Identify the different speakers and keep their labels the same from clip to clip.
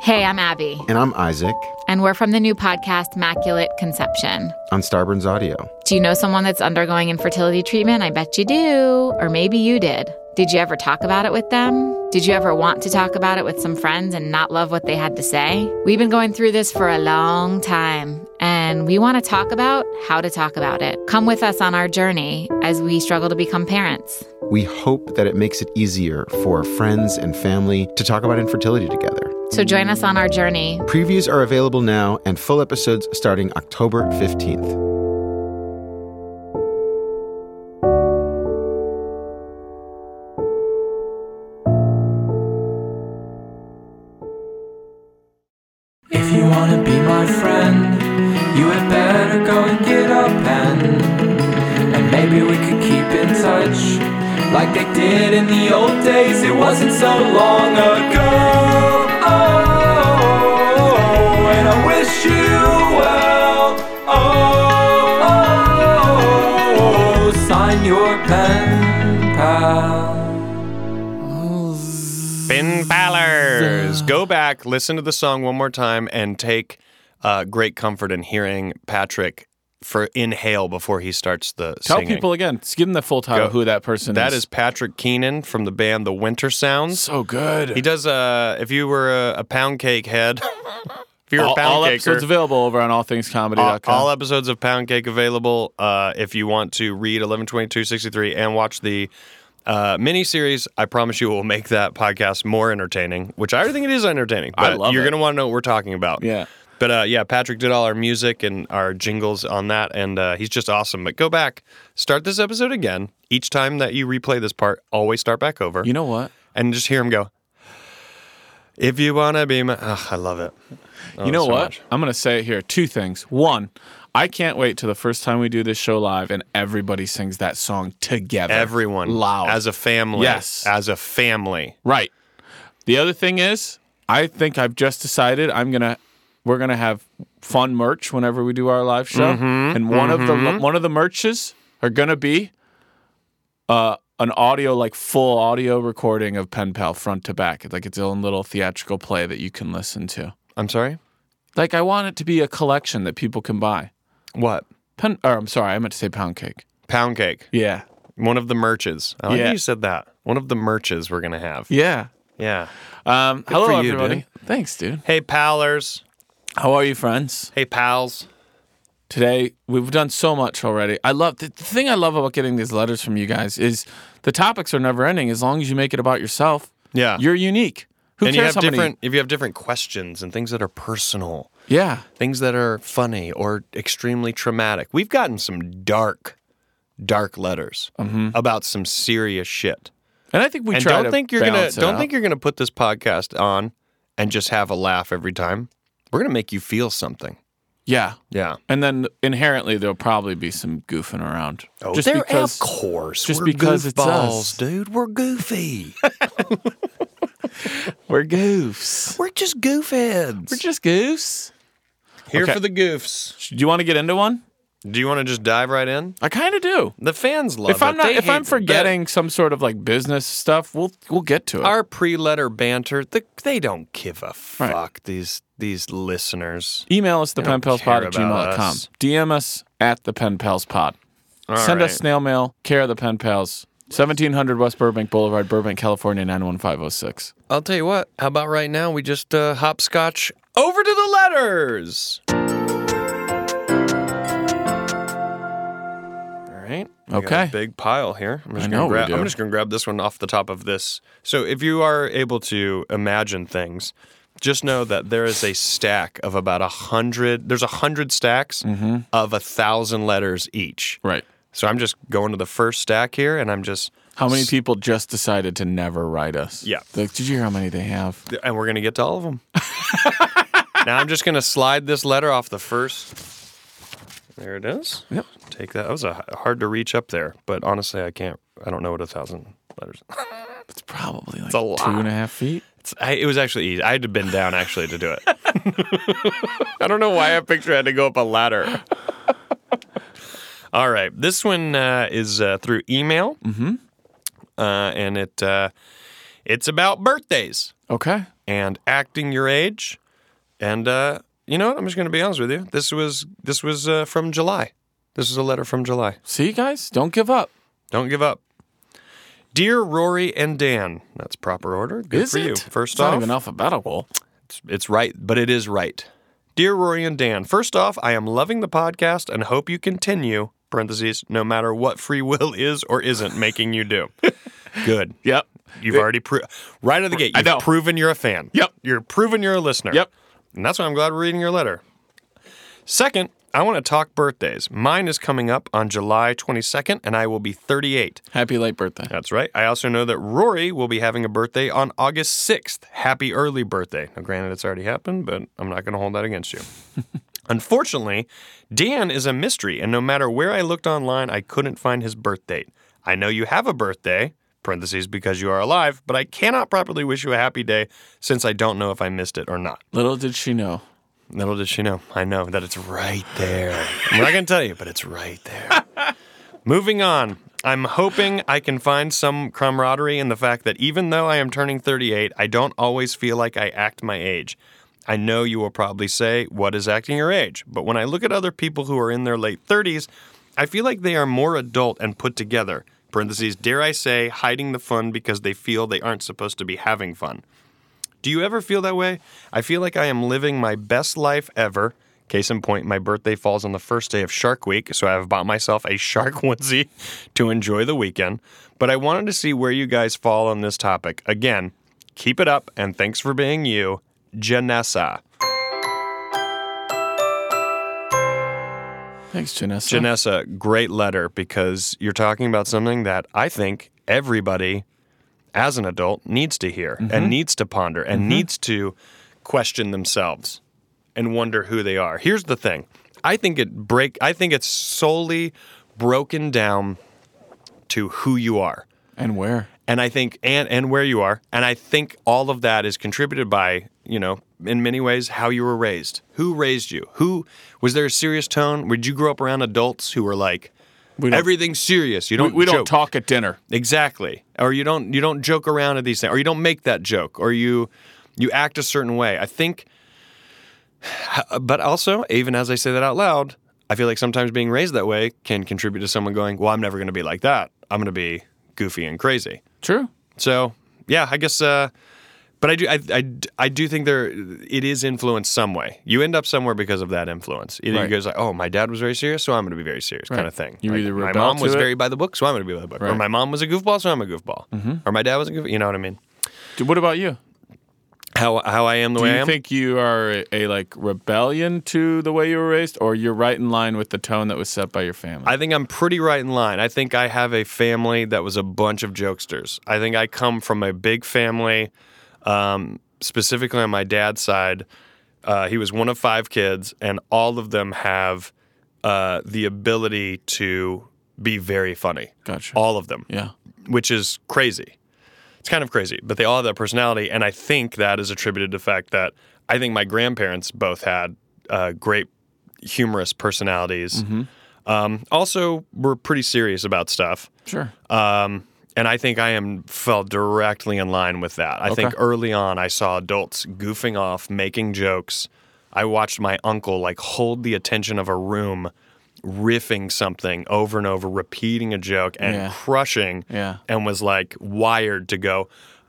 Speaker 1: Hey, I'm Abby,
Speaker 2: And I'm Isaac
Speaker 1: and we're from the new podcast, Maculate Conception.
Speaker 2: on Starburns Audio.
Speaker 1: Do you know someone that's undergoing infertility treatment? I bet you do. Or maybe you did. Did you ever talk about it with them? Did you ever want to talk about it with some friends and not love what they had to say? We've been going through this for a long time, and we want to talk about how to talk about it. Come with us on our journey as we struggle to become parents.
Speaker 2: We hope that it makes it easier for friends and family to talk about infertility together.
Speaker 1: So join us on our journey.
Speaker 2: Previews are available now and full episodes starting October 15th.
Speaker 3: If you wanna be my friend, you had better go and get a pen. And maybe we could keep in touch, like they did in the old days. It wasn't so long ago. Oh, and I wish you well. Oh, sign your pen pal.
Speaker 4: Finn
Speaker 5: Mm.
Speaker 4: Balor's. Go back, listen to the song one more time, and take uh, great comfort in hearing Patrick for inhale before he starts the
Speaker 5: Tell
Speaker 4: singing.
Speaker 5: people again. Just give them the full title
Speaker 4: Go.
Speaker 5: who that person
Speaker 4: that
Speaker 5: is.
Speaker 4: is Patrick Keenan from the band The Winter Sounds.
Speaker 5: so good.
Speaker 4: he does. Uh, if you were a, a pound cake head, if you were
Speaker 5: all,
Speaker 4: a pound
Speaker 5: all
Speaker 4: caker,
Speaker 5: episodes available over on
Speaker 4: all,
Speaker 5: allthingscomedy.com.
Speaker 4: all episodes of Pound Cake available. Uh, if you want to read 112263 and watch the uh, mini series, I promise you it will make that podcast more entertaining, which I already think it is entertaining.
Speaker 5: I
Speaker 4: But
Speaker 5: love
Speaker 4: you're
Speaker 5: it.
Speaker 4: going to want to know what we're talking about.
Speaker 5: Yeah.
Speaker 4: But uh, yeah, Patrick did all our music and our jingles on that, and uh, he's just awesome. But go back, start this episode again. Each time that you replay this part, always start back over
Speaker 5: you know what?
Speaker 4: and just hear him go. If you wanna be my, Ugh, I love it. I love it
Speaker 5: you know
Speaker 4: Oh, so
Speaker 5: what?
Speaker 4: much.
Speaker 5: I'm going to say it here. Two things. One, I can't wait till the first time we do this show live and everybody sings that song together.
Speaker 4: Everyone
Speaker 5: Loud.
Speaker 4: as a family.
Speaker 5: Yes.
Speaker 4: as a family.
Speaker 5: Right. The other thing is, I think I've just decided I'm gonna we're gonna have fun merch whenever we do our live show, and one of the one of the merches are gonna be uh, an audio like full audio recording of Pen Pal front to back. It's like its own little theatrical play that you can listen to.
Speaker 4: I'm sorry.
Speaker 5: Like I want it to be a collection that people can buy.
Speaker 4: What?
Speaker 5: Pen, or I'm sorry, I meant to say pound cake.
Speaker 4: Pound cake.
Speaker 5: Yeah,
Speaker 4: One of the merches. I like
Speaker 5: Yeah.
Speaker 4: that you said that. One of the merches we're gonna have.
Speaker 5: yeah.
Speaker 4: Yeah.
Speaker 5: Um, hello,
Speaker 4: for you,
Speaker 5: everybody.
Speaker 4: dude.
Speaker 5: Thanks, dude.
Speaker 4: Hey pallers.
Speaker 5: How are you, friends?
Speaker 4: Hey pals.
Speaker 5: today we've done so much already i love the, the thing i love about getting these letters from you guys is the topics are never ending as long as you make it about yourself
Speaker 4: Yeah.
Speaker 5: you're unique who
Speaker 4: and you
Speaker 5: cares
Speaker 4: have
Speaker 5: how many-
Speaker 4: different if you have different questions and things that are personal,
Speaker 5: yeah
Speaker 4: things that are funny or extremely traumatic. We've gotten some dark, dark letters
Speaker 5: Mm-hmm.
Speaker 4: about some serious shit.
Speaker 5: and i think we
Speaker 4: and
Speaker 5: try
Speaker 4: don't
Speaker 5: to
Speaker 4: think you're gonna
Speaker 5: balance it
Speaker 4: don't
Speaker 5: out.
Speaker 4: think you're gonna put this podcast on and just have a laugh every time. We're gonna make you feel something.
Speaker 5: yeah
Speaker 4: Yeah.
Speaker 5: and then inherently there'll probably be some goofing around oh, just
Speaker 4: There-
Speaker 5: because
Speaker 4: of course,
Speaker 5: just
Speaker 4: we're
Speaker 5: because it's
Speaker 4: goofballs,
Speaker 5: us.
Speaker 4: dude. We're goofy.
Speaker 5: we're goofs
Speaker 4: we're just goofheads.
Speaker 5: we're just goofs
Speaker 4: here
Speaker 5: Okay.
Speaker 4: for the goofs.
Speaker 5: do you want to get into one
Speaker 4: Do you want to just dive right in?
Speaker 5: i kind of do
Speaker 4: The fans love
Speaker 5: if i'm
Speaker 4: it.
Speaker 5: not
Speaker 4: They
Speaker 5: if i'm
Speaker 4: hate it.
Speaker 5: forgetting some sort of like business stuff we'll we'll get to it
Speaker 4: But our pre-letter banter, the, they don't give a fuck.
Speaker 5: Right.
Speaker 4: These these listeners.
Speaker 5: Email us the
Speaker 4: don't
Speaker 5: penpalspod at
Speaker 4: care about
Speaker 5: gmail.com.
Speaker 4: us.
Speaker 5: DM us at the penpalspod.
Speaker 4: All
Speaker 5: Send
Speaker 4: right.
Speaker 5: us snail mail, care of the pen pals, 1700 West Burbank Boulevard, Burbank, California, 91506.
Speaker 4: I'll tell you what. How about right now we just uh, hopscotch over to the letters. All right. We got a
Speaker 5: Okay.
Speaker 4: big pile here. I'm just
Speaker 5: I
Speaker 4: gonna
Speaker 5: know we
Speaker 4: grab,
Speaker 5: do.
Speaker 4: I'm just going to grab this one off the top of this. So if you are able to imagine things, just know that there is a stack of about a hundred. There's a hundred stacks of a thousand letters each.
Speaker 5: Mm-hmm. Right.
Speaker 4: So I'm just going to the first stack here, and I'm just,
Speaker 5: How many people just decided to never write us?
Speaker 4: Yeah.
Speaker 5: Like, did you hear how many they have?
Speaker 4: and we're gonna get to all of them. now I'm just gonna slide this letter off the first. There it is.
Speaker 5: Yep.
Speaker 4: Take that. That was a hard to reach up there, but honestly, I can't. I don't know what a thousand letters.
Speaker 5: It's probably like
Speaker 4: a lot.
Speaker 5: two and a half feet.
Speaker 4: It's, I, it was actually easy. I had to bend down actually to do it. I don't know why I picture I had to go up a ladder. all right, this one uh, is uh, through email, mm-hmm. uh, and it uh, it's about birthdays.
Speaker 5: Okay.
Speaker 4: and acting your age. And uh, you know what? I'm just going to be honest with you. This was this was uh, from July. This is a letter from July.
Speaker 5: See, guys, don't give up.
Speaker 4: Don't give up. Dear Rory and Dan, that's proper order. Good
Speaker 5: Is
Speaker 4: for you.
Speaker 5: it?
Speaker 4: First
Speaker 5: it's
Speaker 4: off,
Speaker 5: not even alphabetical.
Speaker 4: it's right, but it is right. Dear Rory and Dan, first off, I am loving the podcast and hope you continue. Parentheses, no matter what free will is or isn't making you do. Good.
Speaker 5: Yep.
Speaker 4: You've already pro- right out of the gate.
Speaker 5: I
Speaker 4: You've
Speaker 5: know.
Speaker 4: proven you're a fan.
Speaker 5: Yep.
Speaker 4: You're proven you're a listener.
Speaker 5: Yep.
Speaker 4: And that's why I'm glad we're reading your letter. Second, I want to talk birthdays. Mine is coming up on July 22nd, and I will be 38.
Speaker 5: Happy late birthday.
Speaker 4: That's right. I also know that Rory will be having a birthday on August 6th. Happy early birthday. Now, granted, it's already happened, but I'm not going to hold that against you. Unfortunately, Dan is a mystery, and no matter where I looked online, I couldn't find his birth date. I know you have a birthday, parentheses, because you are alive, but I cannot properly wish you a happy day since I don't know if I missed it or not.
Speaker 5: Little did she know.
Speaker 4: Little did she know. I know that it's right there. I'm not going to tell you, but it's right there. Moving on. I'm hoping I can find some camaraderie in the fact that even though I am turning 38, I don't always feel like I act my age. I know you will probably say, What is acting your age? But when I look at other people who are in their late 30s, I feel like they are more adult and put together. Parentheses, dare I say, hiding the fun because they feel they aren't supposed to be having fun. Do you ever feel that way? I feel like I am living my best life ever. Case in point, my birthday falls on the first day of Shark Week, so I have bought myself a shark onesie to enjoy the weekend. But I wanted to see where you guys fall on this topic. Again, keep it up, and thanks for being you, Janessa.
Speaker 5: Thanks, Janessa.
Speaker 4: Janessa, great letter because you're talking about something that I think everybody as an adult needs to hear and needs to ponder and needs to question themselves and wonder who they are. Here's the thing. I think it break I think it's solely broken down to who you are
Speaker 5: and where?
Speaker 4: and I think and and where you are, and I think all of that is contributed by you know in many ways how you were raised, who raised you, who was there a serious tone? Would you grow up around adults who were like
Speaker 5: We don't-
Speaker 4: everything's serious? You
Speaker 5: We,
Speaker 4: don't
Speaker 5: we don't
Speaker 4: joke."
Speaker 5: talk at dinner.
Speaker 4: exactly, or you don't you don't joke around at these things, or you don't make that joke, or you you act a certain way. I think, but also even as I say that out loud, I feel like sometimes being raised that way can contribute to someone going, "Well, I'm never going to be like that. I'm going to be goofy and crazy."
Speaker 5: True.
Speaker 4: So yeah, I guess. Uh, but I do, I, I, I do think there it is influenced some way. You end up somewhere because of that influence. Either
Speaker 5: Right.
Speaker 4: you goes like, oh, my dad was very serious, so I'm going to be very serious, kind
Speaker 5: Right.
Speaker 4: of thing.
Speaker 5: You
Speaker 4: Like,
Speaker 5: either
Speaker 4: my
Speaker 5: rebel
Speaker 4: mom
Speaker 5: to
Speaker 4: was
Speaker 5: it-
Speaker 4: very by the book, so I'm going to be by the book. Or
Speaker 5: Right. Mm-hmm.
Speaker 4: my mom was a goofball, so I'm a goofball. Or my dad was a goof. You know what I mean?
Speaker 5: D- What about you?
Speaker 4: How how I am the
Speaker 5: Do
Speaker 4: way I
Speaker 5: you
Speaker 4: am.
Speaker 5: think you are a, a like rebellion to the way you were raised, or you're right in line with the tone that was set by your family?
Speaker 4: I think I'm pretty right in line. I think I have a family that was a bunch of jokesters. I think I come from a big family, um, specifically on my dad's side. Uh, he was one of five kids, and all of them have uh, the ability to be very funny.
Speaker 5: Gotcha.
Speaker 4: All of them
Speaker 5: yeah.
Speaker 4: which is crazy. It's kind of crazy, but they all have that personality, and I think that is attributed to the fact that I think my grandparents both had uh, great humorous personalities. Um, also, were pretty serious about stuff,
Speaker 5: Sure.
Speaker 4: um, and I think I am fell directly in line with that. I think early on, I saw adults goofing off, making jokes. I watched my uncle like hold the attention of a room, riffing something over and over, repeating a joke and
Speaker 5: Yeah.
Speaker 4: crushing
Speaker 5: Yeah.
Speaker 4: and was like wired to go,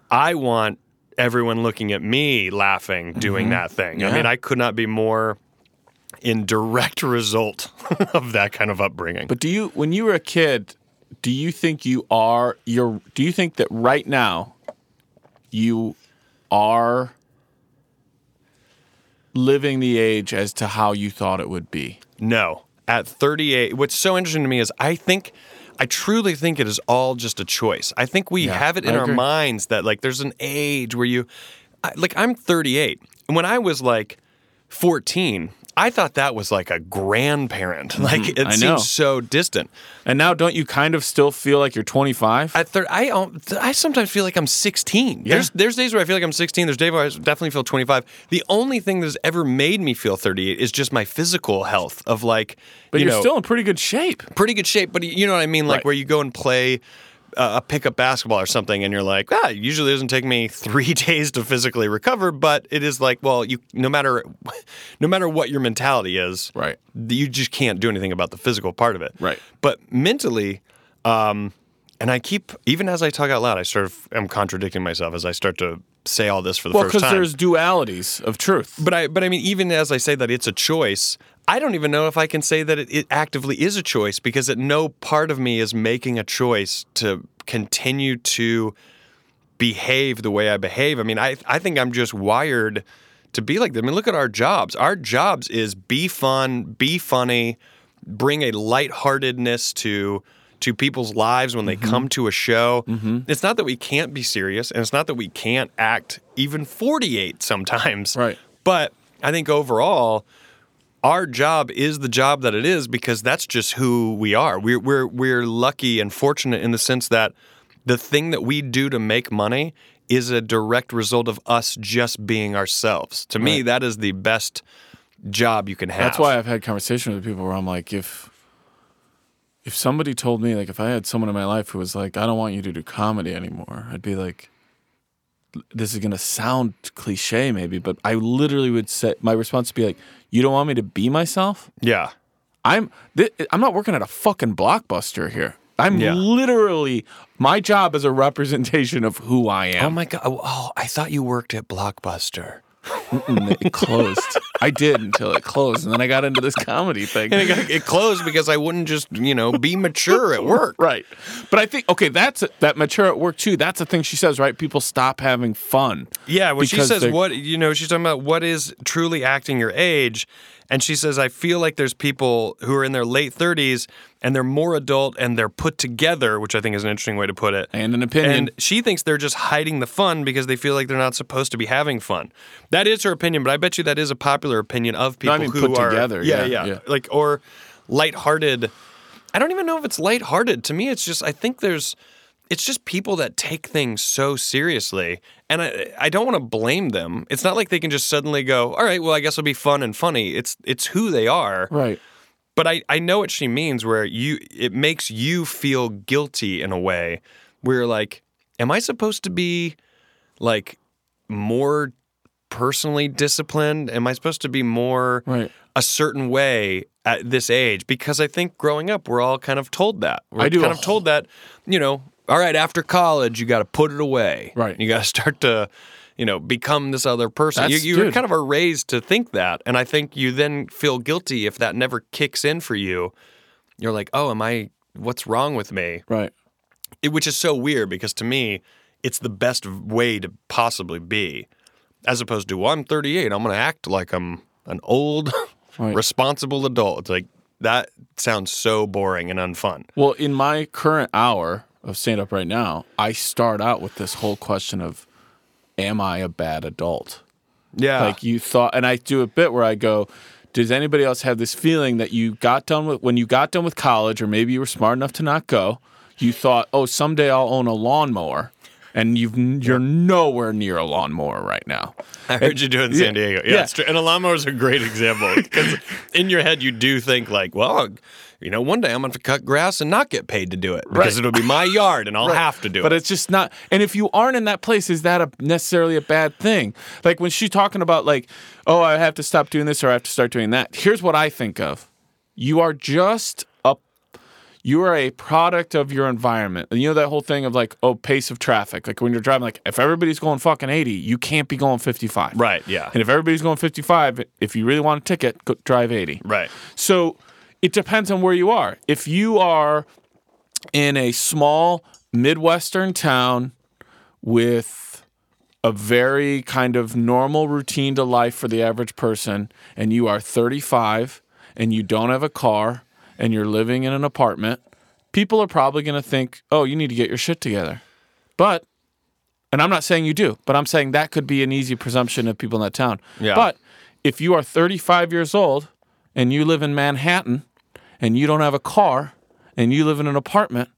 Speaker 4: I want everyone looking at me laughing doing that thing. I
Speaker 5: Mm-hmm. Yeah.
Speaker 4: mean, I could not be more in direct result of that kind of upbringing.
Speaker 5: But do you, when you were a kid, do you think you are you're? Do you think that right now, you are living the age as to how you thought it would be?
Speaker 4: No. At 38, what's so interesting to me is I think, I truly think it is all just a choice. I think we
Speaker 5: Yeah,
Speaker 4: have it
Speaker 5: I
Speaker 4: in our
Speaker 5: agree.
Speaker 4: minds that like there's an age where you, I, like I'm 38. And when I was like 14, I thought that was like a grandparent. Like it
Speaker 5: Mm-hmm. I
Speaker 4: seems
Speaker 5: know.
Speaker 4: so distant.
Speaker 5: And now, don't you kind of still feel like you're 25?
Speaker 4: At thir- I don't- I sometimes feel like I'm 16. There's there's days where I feel like I'm 16. There's days where I definitely feel 25. The only thing that has ever made me feel 38 is just my physical health of like
Speaker 5: but
Speaker 4: you
Speaker 5: you are
Speaker 4: know,
Speaker 5: still in pretty good shape.
Speaker 4: pretty good shape, but you know what I mean? Like
Speaker 5: Right.
Speaker 4: where you go and play uh, a, a pickup basketball or something, and you're like, ah, it usually doesn't take me three days to physically recover, but it is like, well, you no matter no matter what your mentality is,
Speaker 5: Right.
Speaker 4: You just can't do anything about the physical part of it,
Speaker 5: Right.
Speaker 4: But mentally, um, and I keep even as I talk out loud, I sort of am contradicting myself as I start to say all this for the
Speaker 5: Well,
Speaker 4: first
Speaker 5: because
Speaker 4: time.
Speaker 5: there's dualities of truth.
Speaker 4: But I but I mean, even as I say that it's a choice, I don't even know if I can say that it, it actively is a choice because at no part of me is making a choice to continue to behave the way I behave. I mean, I I think I'm just wired to be like that. I mean, look at our jobs. Our jobs is be fun, be funny, bring a lightheartedness to to people's lives when they
Speaker 5: Mm-hmm.
Speaker 4: come to a show. It's not that we can't be serious and it's not that we can't act even 48 sometimes.
Speaker 5: Right.
Speaker 4: But I think overall our job is the job that it is because that's just who we are. We're we're we're lucky and fortunate in the sense that the thing that we do to make money is a direct result of us just being ourselves. To me, that is the best job you can have.
Speaker 5: That's why I've had conversations with people where I'm like, if if somebody told me, like, if I had someone in my life who was like, I don't want you to do comedy anymore, I'd be like, this is gonna sound cliche, maybe, but I literally would say my response would be like, you don't want me to be myself.
Speaker 4: yeah.
Speaker 5: I'm th- I'm not working at a fucking blockbuster here. I'm
Speaker 4: Yeah.
Speaker 5: literally my job is a representation of who I
Speaker 4: Oh
Speaker 5: am.
Speaker 4: my god. Oh, I thought you worked at Blockbuster.
Speaker 5: And it closed. I did until it closed, and then I got into this comedy thing.
Speaker 4: And it, got- it closed because I wouldn't just, you know, be mature at work.
Speaker 5: Right. But I think okay, that's a, that mature at work too. That's the thing she says, right? People stop having fun.
Speaker 4: Yeah, when she
Speaker 5: because
Speaker 4: says
Speaker 5: they're-
Speaker 4: what you know, she's talking about what is truly acting your age, and she says I feel like there's people who are in their late 30s and they're more adult and they're put together, which I think is an interesting way to put it.
Speaker 5: And an opinion.
Speaker 4: And she thinks they're just hiding the fun because they feel like they're not supposed to be having fun. That is her opinion, but I bet you that is a popular opinion of people
Speaker 5: I mean
Speaker 4: who
Speaker 5: put
Speaker 4: are
Speaker 5: together,
Speaker 4: Yeah,
Speaker 5: yeah,
Speaker 4: yeah,
Speaker 5: yeah.
Speaker 4: like or lighthearted. I don't even know if it's lighthearted. To me, it's just I think there's it's just people that take things so seriously. And I I don't want to blame them. It's not like they can just suddenly go, all right, well, I guess it'll be fun and funny. It's it's who they are.
Speaker 5: Right.
Speaker 4: But I, I know what she means where you it makes you feel guilty in a way where you're like, Am I supposed to be like more personally disciplined? Am I supposed to be more
Speaker 5: Right.
Speaker 4: a certain way at this age? Because I think growing up we're all kind of told that. We're
Speaker 5: I do
Speaker 4: kind
Speaker 5: a
Speaker 4: of told that, you know, all right, after college you gotta put it away.
Speaker 5: Right.
Speaker 4: You gotta start to you know, become this other person. You,
Speaker 5: That's-
Speaker 4: you
Speaker 5: dude.
Speaker 4: kind of are raised to think that. And I think you then feel guilty if that never kicks in for you. You're like, oh, am I, what's wrong with me?
Speaker 5: Right.
Speaker 4: It, which is so weird because to me, it's the best way to possibly be, as opposed to, well, I'm 38. I'm going to act like I'm an old,
Speaker 5: Right.
Speaker 4: responsible adult. It's like, that sounds so boring and unfun.
Speaker 5: Well, in my current hour of stand up right now, I start out with this whole question of am I a bad adult?
Speaker 4: Yeah.
Speaker 5: Like you thought, and I do a bit where I go, does anybody else have this feeling that you got done with when you got done with college, or maybe you were smart enough to not go? You thought, oh, someday I'll own a lawnmower, and you've you're nowhere near a lawnmower right now.
Speaker 4: I heard you do it in San Diego. Yeah,
Speaker 5: yeah.
Speaker 4: It's true. and a lawnmower is a great example because in your head you do think like, well, you know, one day I'm going to cut grass and not get paid to do it because
Speaker 5: Right.
Speaker 4: it'll be my yard and I'll have to do
Speaker 5: but
Speaker 4: it.
Speaker 5: it's just not. And if you aren't in that place, is that a, necessarily a bad thing? Like when she's talking about like, oh, I have to stop doing this or I have to start doing that. Here's what I think of: you are just a, you are a product of your environment. And you know that whole thing of like, oh, pace of traffic. Like when you're driving, like if everybody's going fucking eighty, you can't be going fifty five.
Speaker 4: Right, yeah.
Speaker 5: And if everybody's going fifty five, if you really want a ticket, go drive eighty.
Speaker 4: right.
Speaker 5: So it depends on where you are. If you are in a small Midwestern town with a very kind of normal routine to life for the average person, and you are 35 and you don't have a car and you're living in an apartment, people are probably going to think, oh, you need to get your shit together. But, and I'm not saying you do, but I'm saying that could be an easy presumption of people in that town.
Speaker 4: Yeah.
Speaker 5: But if you are 35 years old and you live in Manhattan and you don't have a car and you live in an apartment,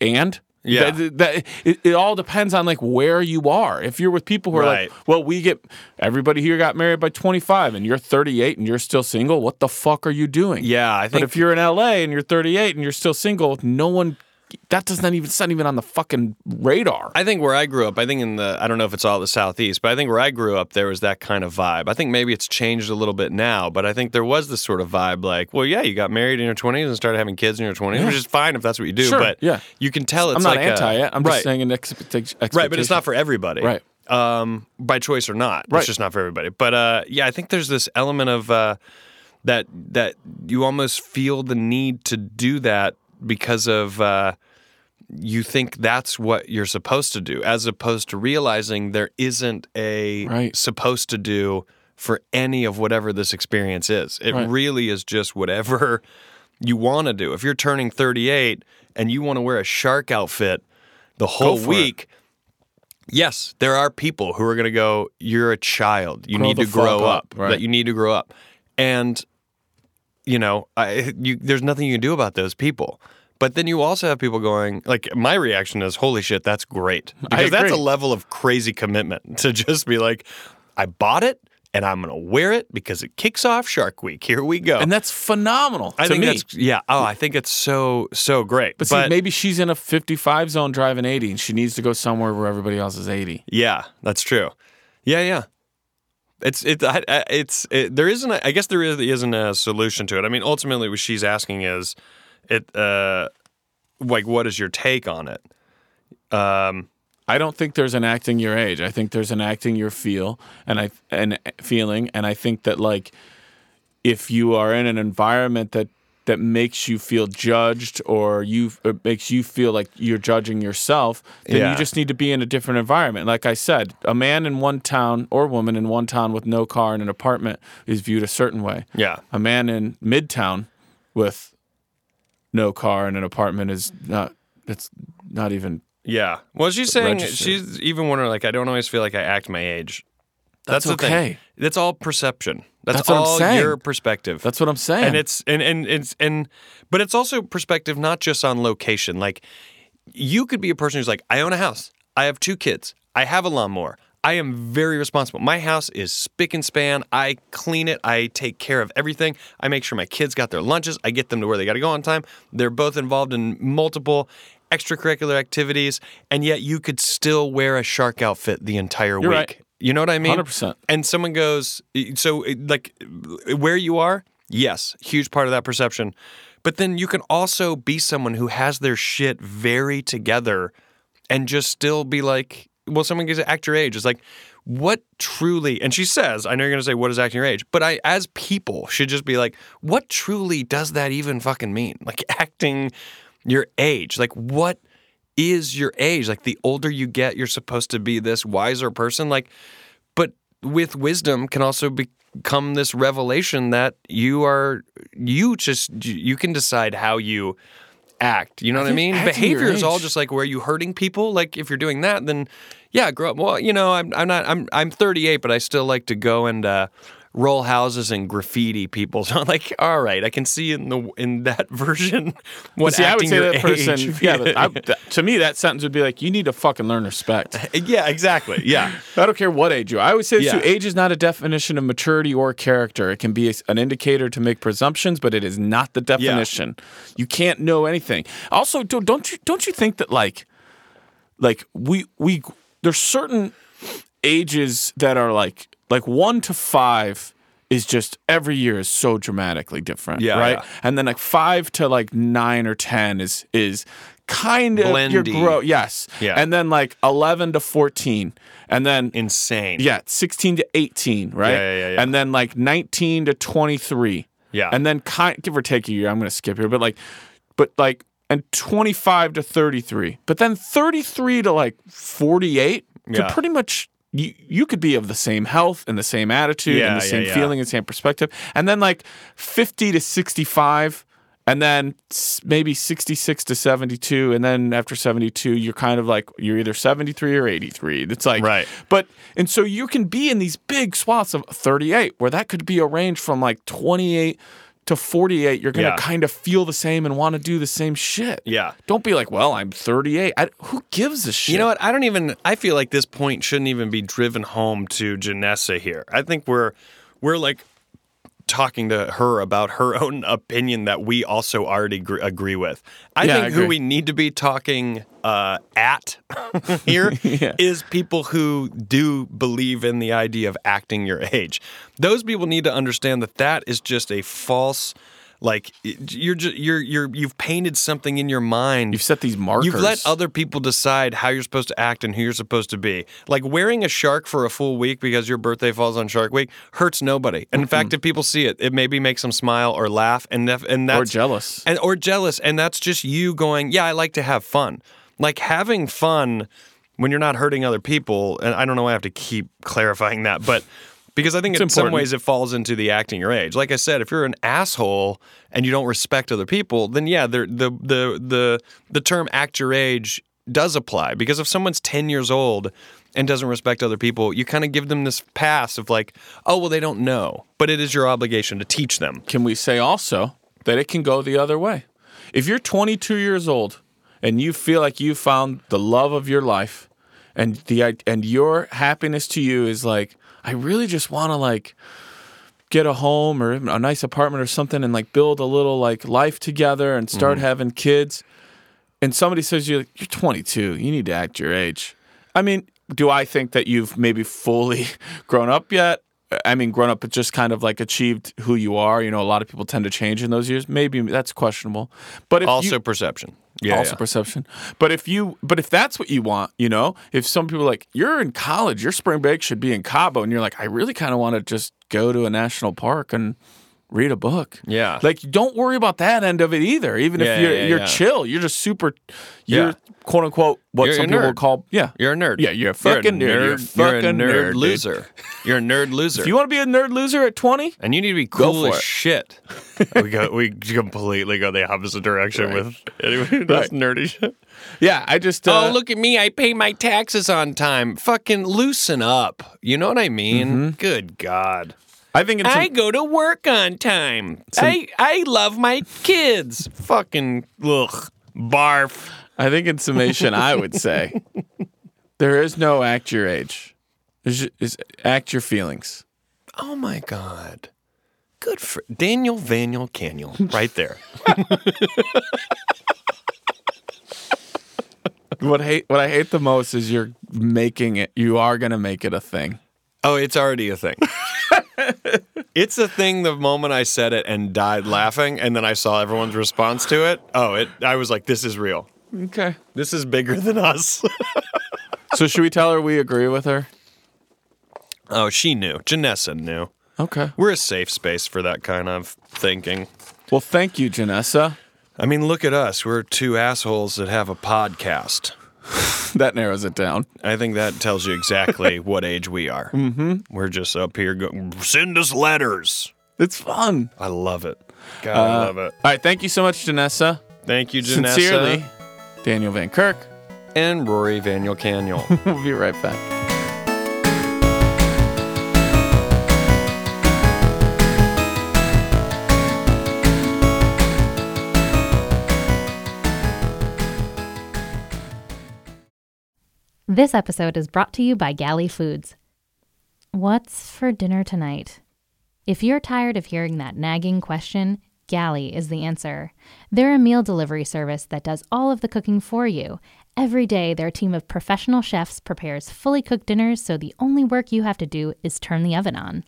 Speaker 5: and
Speaker 4: Yeah.
Speaker 5: That- that- it, it all depends on like where you are. If you're with people who are
Speaker 4: Right.
Speaker 5: like, well, we get everybody here got married by 25 and you're 38 and you're still single, what the fuck are you doing?
Speaker 4: Yeah, I
Speaker 5: But
Speaker 4: think
Speaker 5: if you're in LA and you're 38 and you're still single, no one that does not even it's not even on the fucking radar.
Speaker 4: I think where I grew up, I think in the I don't know if it's all the southeast, but I think where I grew up there was that kind of vibe. I think maybe it's changed a little bit now, but I think there was this sort of vibe like, well, yeah, you got married in your 20s and started having kids in your 20s, which is fine if that's what you do,
Speaker 5: Sure,
Speaker 4: but
Speaker 5: yeah.
Speaker 4: you can tell it's
Speaker 5: I'm not
Speaker 4: like a-
Speaker 5: anti it. I'm
Speaker 4: right,
Speaker 5: just saying an ex-
Speaker 4: Right,
Speaker 5: ex-
Speaker 4: but it's
Speaker 5: expectation.
Speaker 4: not for everybody.
Speaker 5: Right.
Speaker 4: Um, by choice or not.
Speaker 5: Right.
Speaker 4: It's just not for everybody. But uh, yeah, I think there's this element of uh, that that you almost feel the need to do that because of uh, you think that's what you're supposed to do, as opposed to realizing there isn't a
Speaker 5: Right.
Speaker 4: supposed to do for any of whatever this experience is. It
Speaker 5: Right.
Speaker 4: really is just whatever you want to do. If you're turning 38 and you want to wear a shark outfit the whole
Speaker 5: for it.
Speaker 4: week, yes, there are people who are going to go, You're a child. You
Speaker 5: Grow
Speaker 4: need
Speaker 5: the
Speaker 4: to grow
Speaker 5: fuck
Speaker 4: up.
Speaker 5: up," right.
Speaker 4: That you need to grow up. And you know, I, you, there's nothing you can do about those people. But then you also have people going, like, my reaction is, holy shit, that's great. Because that's a
Speaker 5: agree.
Speaker 4: level of crazy commitment to just be like, I bought it and I'm going to wear it because it kicks off Shark Week. Here we go.
Speaker 5: and that's phenomenal
Speaker 4: I
Speaker 5: to
Speaker 4: think
Speaker 5: me.
Speaker 4: that's, yeah. Oh, I think it's so, so great.
Speaker 5: But see, maybe she's in a 55 zone driving 80 and she needs to go somewhere where everybody else is 80.
Speaker 4: Yeah, that's true. Yeah, yeah. It's it. I, I- it's it, there isn't. A, I guess there is, isn't a solution to it. I mean, ultimately, what she's asking is, it uh, like what is your take on it? Um,
Speaker 5: I don't think there's an acting your age. I think there's an acting your feel and I and feeling and I think that like if you are in an environment that that makes you feel judged or you or makes you feel like you're judging yourself, then
Speaker 4: Yeah.
Speaker 5: you just need to be in a different environment. Like I said, a man in one town or woman in one town with no car and an apartment is viewed a certain way.
Speaker 4: yeah,
Speaker 5: a man in Midtown with no car and an apartment is not. It's not even.
Speaker 4: yeah. Well, she's saying
Speaker 5: Registered.
Speaker 4: she's even wondering like I don't always feel like I act my age. That's,
Speaker 5: That's
Speaker 4: the thing.
Speaker 5: okay.
Speaker 4: That's all perception. That's,
Speaker 5: That's what I'm
Speaker 4: all
Speaker 5: saying.
Speaker 4: your perspective.
Speaker 5: That's what I'm saying.
Speaker 4: and it's and and it's and but it's also perspective not just on location like you could be a person who's like i own a house i have two kids i have a lawnmower i am very responsible my house is spick and span i clean it i take care of everything i make sure my kids got their lunches i get them to where they got to go on time they're both involved in multiple extracurricular activities and yet you could still wear a shark outfit the entire week
Speaker 5: right.
Speaker 4: you know what i mean
Speaker 5: 100%.
Speaker 4: and someone goes so uh, like where you are yes huge part of that perception but then you can also be someone who has their shit very together and just still be like well someone gives it act your age it's like what truly and she says i know you're going to say what is acting your age but i as people should just be like what truly does that even fucking mean like acting your age like what is your age like the older you get you're supposed to be this wiser person like but with wisdom can also become this revelation that you are you just you can decide how you act you know what i
Speaker 5: think
Speaker 4: mean
Speaker 5: acting your
Speaker 4: behavior is all
Speaker 5: age.
Speaker 4: just like where you hurting people like if you're doing that then yeah grow up well you know i'm, I'm not I'm, I'm 38 but i still like to go and uh roll houses and graffiti people so i'm like all right i can see in the in that version what
Speaker 5: See, I would
Speaker 4: acting
Speaker 5: say
Speaker 4: your
Speaker 5: that person.
Speaker 4: age-
Speaker 5: Yeah, but I, th- to me, that sentence would be like, you need to fucking learn respect.
Speaker 4: yeah exactly yeah
Speaker 5: I don't care what age you are. I always say this
Speaker 4: Yeah.
Speaker 5: too. Age is not a definition of maturity or character. It can be a- an indicator to make presumptions, but it is not the definition. You can't know anything. Also, don't, don't you don't you think that like like we we there's certain ages that are like like one to five is just every year is so dramatically different.
Speaker 4: Yeah,
Speaker 5: Right.
Speaker 4: yeah.
Speaker 5: And then like five to like nine or ten is is kind of your
Speaker 4: Blendy.
Speaker 5: growth. Yes.
Speaker 4: Yeah.
Speaker 5: And then like eleven to fourteen. And then
Speaker 4: insane
Speaker 5: yeah, 16 to 18, right?
Speaker 4: Yeah, yeah, yeah, yeah.
Speaker 5: And then like 19 to 23.
Speaker 4: Yeah.
Speaker 5: And then kind give or take a year, I'm going to skip here, but like but like and 25 to 33. But then 33 to like 48
Speaker 4: Yeah.
Speaker 5: could pretty much you, you could be of the same health and the same attitude
Speaker 4: Yeah,
Speaker 5: and the
Speaker 4: yeah,
Speaker 5: same
Speaker 4: yeah.
Speaker 5: feeling and same perspective. And then like 50 to 65 and then s- maybe 66 to 72 and then after 72 you're kind of like you're either 73 or 83 it's like
Speaker 4: Right.
Speaker 5: but and so you can be in these big swaths of 38 where that could be a range from like 28 to 48, you're going to
Speaker 4: Yeah.
Speaker 5: kind of feel the same and want to do the same shit.
Speaker 4: Yeah.
Speaker 5: Don't be like, well, I'm 38. I, who gives a shit?
Speaker 4: You know what? I don't even. I feel like this point shouldn't even be driven home to Janessa here. I think we're we're like talking to her about her own opinion that we also already gr- agree with. I
Speaker 5: Yeah, I
Speaker 4: think who
Speaker 5: agree.
Speaker 4: we need to be talking uh, at here is
Speaker 5: Yeah.
Speaker 4: people who do believe in the idea of acting your age. Those people need to understand that that is just a false. Like you're just you're you're you've painted something in your mind.
Speaker 5: You've set these markers.
Speaker 4: You've let other people decide how you're supposed to act and who you're supposed to be. Like wearing a shark for a full week because your birthday falls on Shark Week hurts nobody. And in fact, if people see it, it maybe makes them smile or laugh, and that, and that's
Speaker 5: Or jealous.
Speaker 4: and or jealous. And that's just you going, yeah, I like to have fun. Like having fun when you're not hurting other people. And I don't know. why I have to keep clarifying that, but. Because I think in some
Speaker 5: important.
Speaker 4: ways it falls into the acting your age. Like I said, if you're an asshole and you don't respect other people, then yeah, the the the the the term act your age does apply because if someone's 10 years old and doesn't respect other people, you kind of give them this pass of like, oh well, they don't know, but it is your obligation to teach them.
Speaker 5: can we say also that it can go the other way? If you're 22 years old and you feel like you found the love of your life and the and your happiness to you is like I really just want to like get a home or a nice apartment or something and like build a little like life together and start having kids and somebody says you you're 22 you need to act your age i mean do i think that you've maybe fully grown up yet i mean grown up but just kind of like achieved who you are you know a lot of people tend to change in those years maybe that's questionable but if you-
Speaker 4: Also perception. Yeah.
Speaker 5: also perception. But if you, but if that's what you want, you know, if some people are like you're in college, your spring break should be in Cabo, and you're like, I really kind of want to just go to a national park and read a book.
Speaker 4: Yeah.
Speaker 5: like don't worry about that end of it either. Even
Speaker 4: Yeah,
Speaker 5: if you're
Speaker 4: yeah,
Speaker 5: you're
Speaker 4: yeah.
Speaker 5: chill, you're just super, you're
Speaker 4: Yeah.
Speaker 5: quote unquote what
Speaker 4: You're a
Speaker 5: some people
Speaker 4: nerd.
Speaker 5: would call yeah.
Speaker 4: You're a nerd.
Speaker 5: Yeah, you're a fucking nerd. You're a
Speaker 4: You're a
Speaker 5: fucking
Speaker 4: nerd
Speaker 5: nerd, dude.
Speaker 4: loser. You're a nerd loser.
Speaker 5: If you want to be a nerd loser at twenty,
Speaker 4: and you need to be cool
Speaker 5: for
Speaker 4: as
Speaker 5: it.
Speaker 4: shit. we go. We completely go the opposite direction with anyway. That's nerdy shit.
Speaker 5: yeah, I just uh,
Speaker 4: Oh, look at me! I pay my taxes on time. Fucking loosen up. You know what I mean? Good God.
Speaker 5: I think in some,
Speaker 4: I go to work on time. I I love my kids. Fucking ugh. Barf.
Speaker 5: I think in summation, I would say there is no act your age. There's ju- is act your feelings.
Speaker 4: Oh my God. Good for Daniel Vaniel Caniel. Right there.
Speaker 5: What hate what I hate the most is you're making it. You are gonna make it a thing.
Speaker 4: Oh, it's already a thing. it's a thing the moment I said it and died laughing, and then I saw everyone's response to it. Oh, it I was like, this is real.
Speaker 5: Okay.
Speaker 4: This is bigger than us.
Speaker 5: So should we tell her we agree with her?
Speaker 4: oh, she knew. Janessa knew.
Speaker 5: Okay.
Speaker 4: We're a safe space for that kind of thinking.
Speaker 5: Well, thank you, Janessa.
Speaker 4: I mean, look at us. We're two assholes that have a podcast.
Speaker 5: That narrows it down.
Speaker 4: I think that tells you exactly what age we are. Mm-hmm. We're just up here going, send us letters.
Speaker 5: It's fun.
Speaker 4: I love it. God, I love it.
Speaker 5: All right. Thank you so much, Janessa.
Speaker 4: Thank you, Janessa.
Speaker 5: Sincerely, Daniel Van Kirk.
Speaker 4: And Rory Vaniel Caniel.
Speaker 5: We'll be right back.
Speaker 6: This episode is brought to you by Galley Foods. What's for dinner tonight? If you're tired of hearing that nagging question, Galley is the answer. They're a meal delivery service that does all of the cooking for you. Every day, their team of professional chefs prepares fully cooked dinners so the only work you have to do is turn the oven on.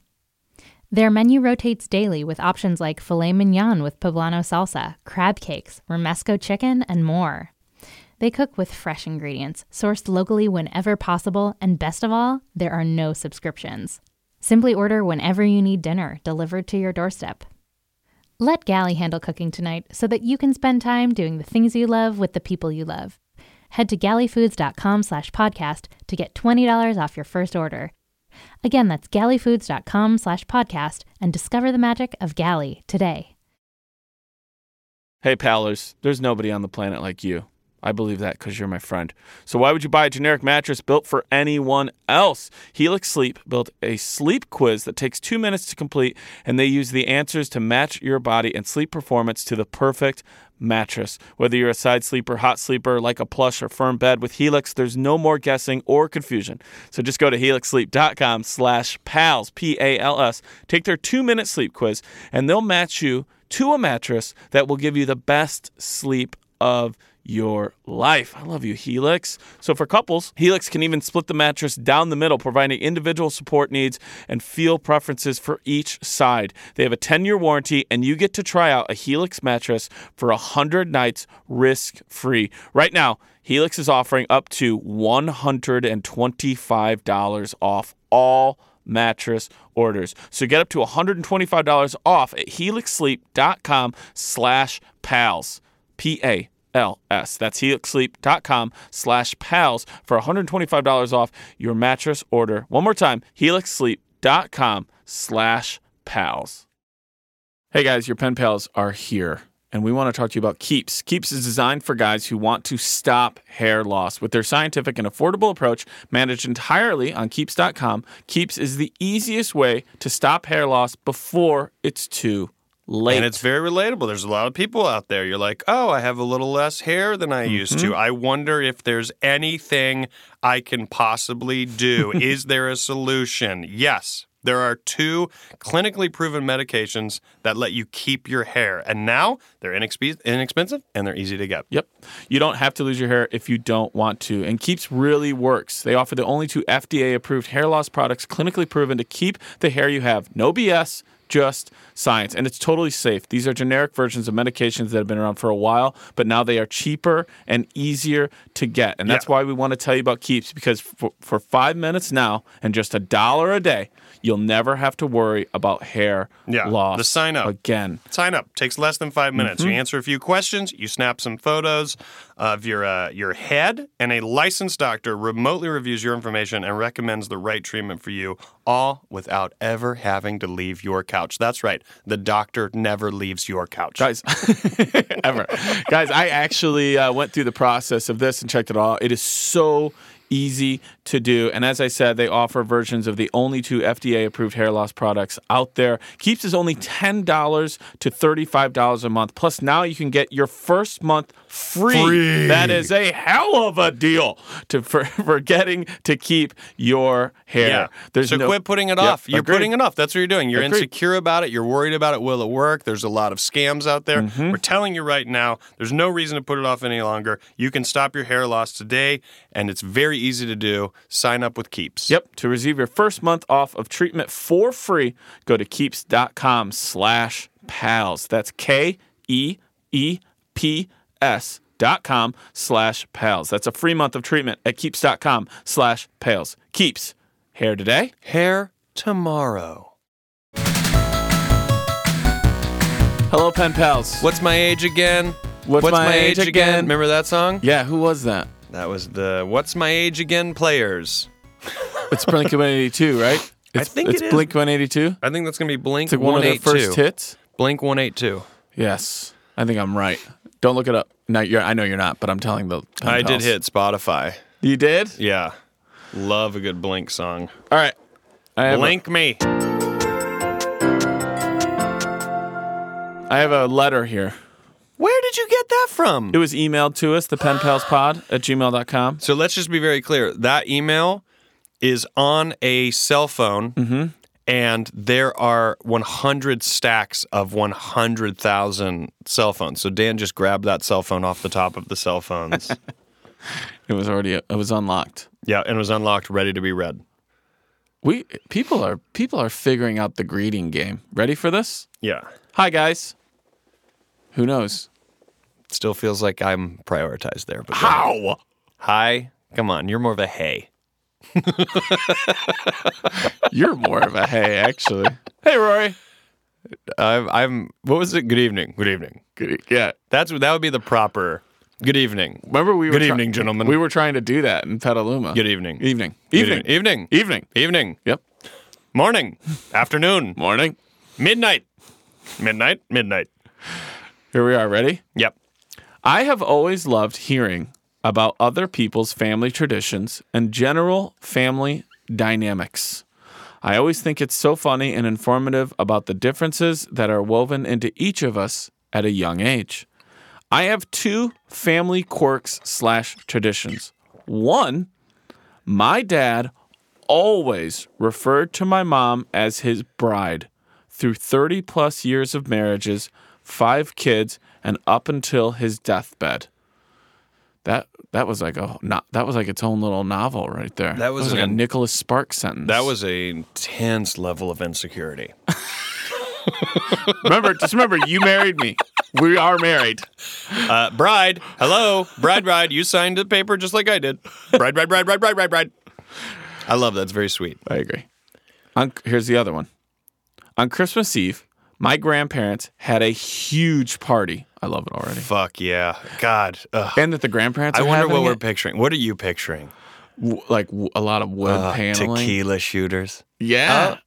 Speaker 6: Their menu rotates daily with options like filet mignon with poblano salsa, crab cakes, romesco chicken, and more. They cook with fresh ingredients, sourced locally whenever possible, and best of all, there are no subscriptions. Simply order whenever you need dinner delivered to your doorstep. Let Galley handle cooking tonight so that you can spend time doing the things you love with the people you love. Head to galleyfoods.com slash podcast to get $20 off your first order. Again, that's galleyfoods.com slash podcast and discover the magic of Galley today.
Speaker 5: Hey, Palers. There's nobody on the planet like you. I believe that because you're my friend. So why would you buy a generic mattress built for anyone else? Helix Sleep built a sleep quiz that takes two minutes to complete, and they use the answers to match your body and sleep performance to the perfect mattress. Whether you're a side sleeper, hot sleeper, like a plush or firm bed with Helix, there's no more guessing or confusion. So just go to helixsleep.com slash pals, P-A-L-S, take their two-minute sleep quiz, and they'll match you to a mattress that will give you the best sleep of your life. I love you, Helix. So for couples, Helix can even split the mattress down the middle, providing individual support needs and feel preferences for each side. They have a 10-year warranty and you get to try out a Helix mattress for 100 nights risk-free. Right now, Helix is offering up to $125 off all mattress orders. So get up to $125 off at helixsleep.com slash pals. P A L S. That's helixsleep.com slash pals for $125 off your mattress order. One more time, helixsleep.com slash pals. Hey guys, your pen pals are here. And we want to talk to you about Keeps. Keeps is designed for guys who want to stop hair loss. With their scientific and affordable approach, managed entirely on Keeps.com, Keeps is the easiest way to stop hair loss before it's too late.
Speaker 4: And it's very relatable. There's a lot of people out there. You're like, oh, I have a little less hair than I used to. I wonder if there's anything I can possibly do. Is there a solution? Yes. There are two clinically proven medications that let you keep your hair. And now they're inexpe- inexpensive and they're easy to get.
Speaker 5: Yep. You don't have to lose your hair if you don't want to. And Keeps really works. They offer the only two FDA approved hair loss products clinically proven to keep the hair you have. No BS, just science. And it's totally safe. These are generic versions of medications that have been around for a while, but now they are cheaper and easier to get. And that's
Speaker 4: Yeah.
Speaker 5: why we want to tell you about Keeps because for, for five minutes now and just a dollar a day, you'll never have to worry about hair
Speaker 4: Yeah.
Speaker 5: loss
Speaker 4: The sign up.
Speaker 5: again.
Speaker 4: Sign up. Takes less than five minutes. You answer a few questions. You snap some photos of your uh, your head, and a licensed doctor remotely reviews your information and recommends the right treatment for you, all without ever having to leave your couch. That's right. The doctor never leaves your couch.
Speaker 5: guys ever guys i actually uh, went through the process of this and checked it all it is so easy to do and as i said they offer versions of the only two fda approved hair loss products out there keeps is only $10 to $35 a month plus now you can get your first month free, that is a hell of a deal to for, for getting to keep your hair
Speaker 4: Yeah. so
Speaker 5: no-
Speaker 4: quit putting it
Speaker 5: Yep,
Speaker 4: off. You're
Speaker 5: agreed.
Speaker 4: putting it off. That's what you're doing. You're
Speaker 5: Agreed.
Speaker 4: insecure about it. You're worried about it. Will it work? There's a lot of scams out there.
Speaker 5: Mm-hmm.
Speaker 4: We're telling you right now, there's no reason to put it off any longer. You can stop your hair loss today, and it's very easy to do. Sign up with Keeps.
Speaker 5: Yep. To receive your first month off of treatment for free, go to keeps.com slash pals. That's K E E P S dot com slash pals. That's a free month of treatment at keeps.com slash pals. Keeps. Hair today.
Speaker 4: Hair tomorrow.
Speaker 5: Hello, pen pals.
Speaker 4: What's my age again?
Speaker 5: What's my age again?
Speaker 4: Remember that song?
Speaker 5: Yeah, who was that?
Speaker 4: That was the What's My Age Again players.
Speaker 5: It's Blink 182, right? It's,
Speaker 4: think
Speaker 5: it's
Speaker 4: it is.
Speaker 5: Blink 182.
Speaker 4: I think that's going to be Blink
Speaker 5: It's like one of their
Speaker 4: 182.
Speaker 5: first hits.
Speaker 4: Blink 182.
Speaker 5: Yes, I think I'm right. Don't look it up. No, you're, I know you're not, but I'm telling the. pen
Speaker 4: I did
Speaker 5: pals.
Speaker 4: hit Spotify.
Speaker 5: You did?
Speaker 4: Yeah. Love a good Blink song.
Speaker 5: All right. I have a-
Speaker 4: Blink me.
Speaker 5: I have a letter here.
Speaker 4: Where did you get that from?
Speaker 5: It was emailed to us, the penpalspod at gmail.com.
Speaker 4: So let's just be very clear. That email is on a cell phone, and there are 100 stacks of 100,000 cell phones. So Dan just grabbed that cell phone off the top of the cell phones.
Speaker 5: It was already it was unlocked.
Speaker 4: yeah, and it was unlocked, ready to be read.
Speaker 5: We people are people are figuring out the greeting game. Ready for this?
Speaker 4: Yeah.
Speaker 5: Hi guys. Who knows?
Speaker 4: Still feels like I'm prioritized there. But
Speaker 5: Ow!
Speaker 4: Hi. Come on. You're more of a hey.
Speaker 5: You're more of a hey, actually. Hey Rory.
Speaker 4: I'm, I'm, what was it? Good evening. Good e, evening.
Speaker 5: Good, yeah.
Speaker 4: That's That would be the proper good evening.
Speaker 5: Remember we were
Speaker 4: Good
Speaker 5: try-
Speaker 4: evening, gentlemen.
Speaker 5: We were trying to do that in Petaluma.
Speaker 4: Good evening.
Speaker 5: Evening.
Speaker 4: Good
Speaker 5: Evening. Evening.
Speaker 4: Evening.
Speaker 5: Evening.
Speaker 4: Evening.
Speaker 5: Yep.
Speaker 4: Morning. Afternoon.
Speaker 5: Morning.
Speaker 4: Midnight. Midnight. Midnight.
Speaker 5: Here we are. Ready?
Speaker 4: Yep.
Speaker 5: I have always loved hearing about other people's family traditions and general family dynamics. I always think it's so funny and informative about the differences that are woven into each of us at a young age. I have two family quirks slash traditions. One, my dad always referred to my mom as his bride through 30 plus years of marriages, five kids, and up until his deathbed. That that was like a not that was like its own little novel right there.
Speaker 4: That was
Speaker 5: like a
Speaker 4: an-
Speaker 5: Nicholas Sparks sentence.
Speaker 4: That was a intense level of insecurity.
Speaker 5: remember just remember you married me. We are married.
Speaker 4: Uh, bride, hello, bride, bride. You signed the paper just like I did. Bride, bride, bride, bride, bride, bride, bride. I love that. It's very sweet.
Speaker 5: I agree. On, here's the other one. On Christmas Eve, my grandparents had a huge party. I love it already.
Speaker 4: Fuck yeah, God. Ugh.
Speaker 5: And that the grandparents.
Speaker 4: I
Speaker 5: are
Speaker 4: wonder
Speaker 5: having
Speaker 4: what we're
Speaker 5: it,
Speaker 4: picturing. What are you picturing?
Speaker 5: w- like w- a lot of wood
Speaker 4: Uh,
Speaker 5: paneling.
Speaker 4: tequila shooters.
Speaker 5: Yeah.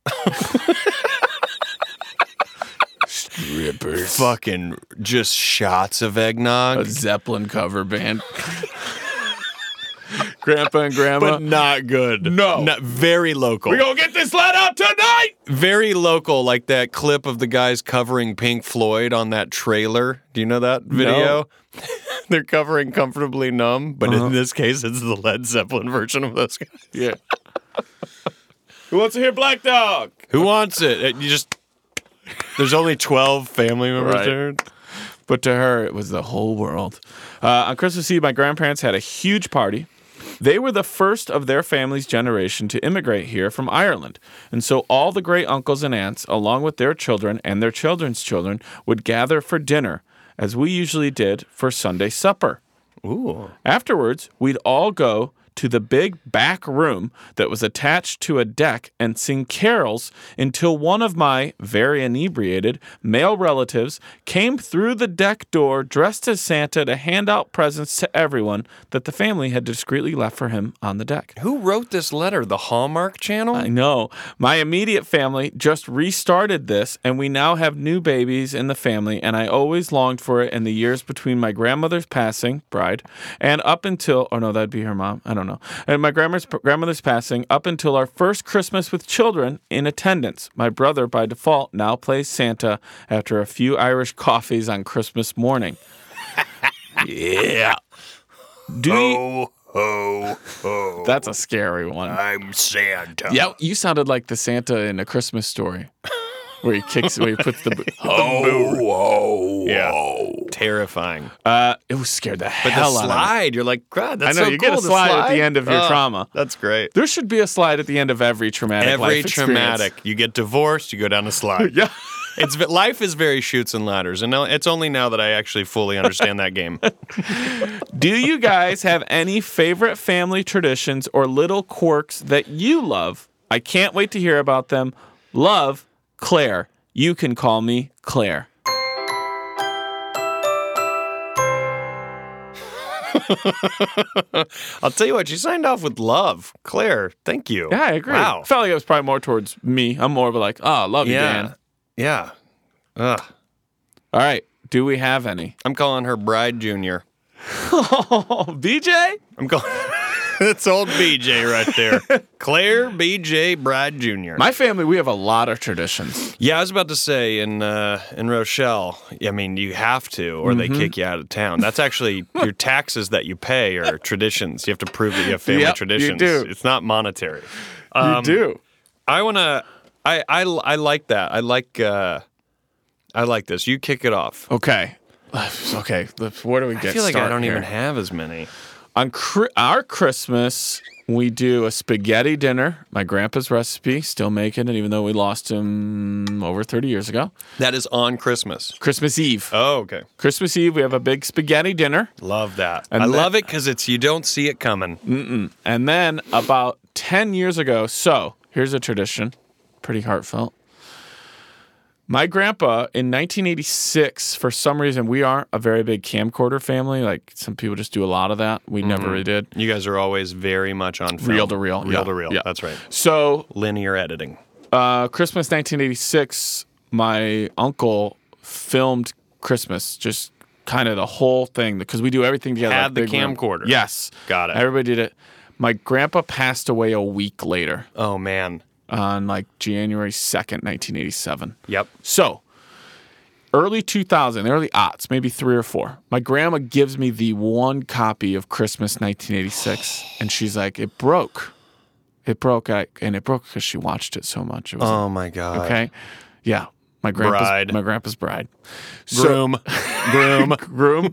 Speaker 5: Strippers.
Speaker 4: Fucking just shots of eggnog.
Speaker 5: A Zeppelin cover band. Grandpa and Grandma.
Speaker 4: but not good.
Speaker 5: No.
Speaker 4: Not- very local.
Speaker 5: we gonna get this let out tonight.
Speaker 4: very local, like that clip of the guys covering Pink Floyd on that trailer. Do you know that video? They're covering Comfortably Numb, but in this case, it's the Led Zeppelin version of those guys.
Speaker 5: Yeah. Who wants to hear Black Dog?
Speaker 4: Who wants it? It- You just. There's only 12 family members
Speaker 5: Right.
Speaker 4: there.
Speaker 5: But to her, it was the whole world. Uh, on Christmas Eve, my grandparents had a huge party. They were the first of their family's generation to immigrate here from Ireland. And so all the great uncles and aunts, along with their children and their children's children, would gather for dinner, as we usually did for Sunday supper. Ooh. Afterwards, we'd all go to the big back room that was attached to a deck and sing carols until one of my very inebriated male relatives came through the deck door dressed as Santa to hand out presents to everyone that the family had discreetly left for him on the deck.
Speaker 4: Who wrote this letter? The Hallmark Channel?
Speaker 5: I know. My immediate family just restarted this, and we now have new babies in the family, and I always longed for it in the years between my grandmother's passing, bride, and up until, oh no, that'd be her mom. I don't know. And my grandmother's, grandmother's passing, up until our first Christmas with children in attendance. My brother, by default, now plays Santa after a few Irish coffees on Christmas morning.
Speaker 4: yeah.
Speaker 5: Do you,
Speaker 4: Oh, oh, oh.
Speaker 5: That's a scary one.
Speaker 4: I'm Santa.
Speaker 5: Yeah, you sounded like the Santa in a Christmas story, where he kicks, where he puts the.
Speaker 4: Oh, yeah. Terrifying.
Speaker 5: Uh, it was scared the
Speaker 4: But
Speaker 5: hell
Speaker 4: the
Speaker 5: out of me.
Speaker 4: slide, you're like, God, that's
Speaker 5: I know,
Speaker 4: so
Speaker 5: you
Speaker 4: cool,
Speaker 5: get a slide at the end of your
Speaker 4: Oh,
Speaker 5: trauma.
Speaker 4: That's great.
Speaker 5: There should be a slide at the end of every traumatic
Speaker 4: Every
Speaker 5: life experience.
Speaker 4: traumatic, you get divorced, you go down a slide.
Speaker 5: Yeah,
Speaker 4: it's v- life is very shoots and ladders, and now, it's only now that I actually fully understand that game.
Speaker 5: Do you guys have any favorite family traditions or little quirks that you love? I can't wait to hear about them. Love, Claire. You can call me Claire.
Speaker 4: I'll tell you what, she signed off with love, Claire. Thank you.
Speaker 5: Yeah, I agree.
Speaker 4: Wow.
Speaker 5: Felt like it was probably more towards me. I'm more of a like, oh, love you,
Speaker 4: yeah,
Speaker 5: Dan.
Speaker 4: yeah. Ugh.
Speaker 5: All right. Do we have any?
Speaker 4: I'm calling her Bride Junior.
Speaker 5: Oh, BJ?
Speaker 4: I'm calling. That's old BJ right there. Claire BJ Bride Junior.
Speaker 5: My family, we have a lot of traditions.
Speaker 4: Yeah, I was about to say in uh, in Rochelle. I mean, you have to, or
Speaker 5: Mm-hmm.
Speaker 4: they kick you out of town. That's actually your taxes that you pay are traditions. You have to prove that you have family
Speaker 5: Yep, you
Speaker 4: traditions.
Speaker 5: do.
Speaker 4: It's not monetary. Um,
Speaker 5: you do.
Speaker 4: I wanna. I I, I like that. I like. Uh, I like this. You kick it off.
Speaker 5: Okay. Okay. let's- Where do we get?
Speaker 4: I feel like I
Speaker 5: start
Speaker 4: don't
Speaker 5: here?
Speaker 4: even have as many.
Speaker 5: on Chri- our Christmas. We do a spaghetti dinner. My grandpa's recipe, still making it, even though we lost him over 30 years ago.
Speaker 4: That is on Christmas.
Speaker 5: Christmas Eve.
Speaker 4: Oh, okay.
Speaker 5: Christmas Eve, we have a big spaghetti dinner.
Speaker 4: Love that.
Speaker 5: And
Speaker 4: I
Speaker 5: that- Mm.
Speaker 4: love it because it's you don't see it coming.
Speaker 5: And then about 10 years ago, so here's a tradition, pretty heartfelt. My grandpa in 1986, for some reason, we aren't a very big camcorder family. Like some people just do a lot of that. We
Speaker 4: Mm-hmm.
Speaker 5: never really did.
Speaker 4: You guys are always very much on film.
Speaker 5: Reel to reel.
Speaker 4: Reel
Speaker 5: Yeah,
Speaker 4: to reel.
Speaker 5: yeah.
Speaker 4: That's right.
Speaker 5: So
Speaker 4: Linear editing.
Speaker 5: uh, Christmas 1986, my uncle filmed Christmas, just kind of the whole thing because we do everything together.
Speaker 4: Had the
Speaker 5: big room.
Speaker 4: camcorder.
Speaker 5: Yes,
Speaker 4: Got it.
Speaker 5: Everybody did it. My grandpa passed away a week later
Speaker 4: Oh man.
Speaker 5: on like January second, nineteen eighty-seven.
Speaker 4: Yep.
Speaker 5: So, early 2000, early aughts, maybe three or four, my grandma gives me the one copy of Christmas 1986, and she's like, it broke. It broke, I, and it broke because she watched it so much. It was
Speaker 4: Oh my god.
Speaker 5: okay. Yeah. My grandpa's
Speaker 4: Bride.
Speaker 5: My grandpa's bride. So-
Speaker 4: Groom. Groom.
Speaker 5: groom.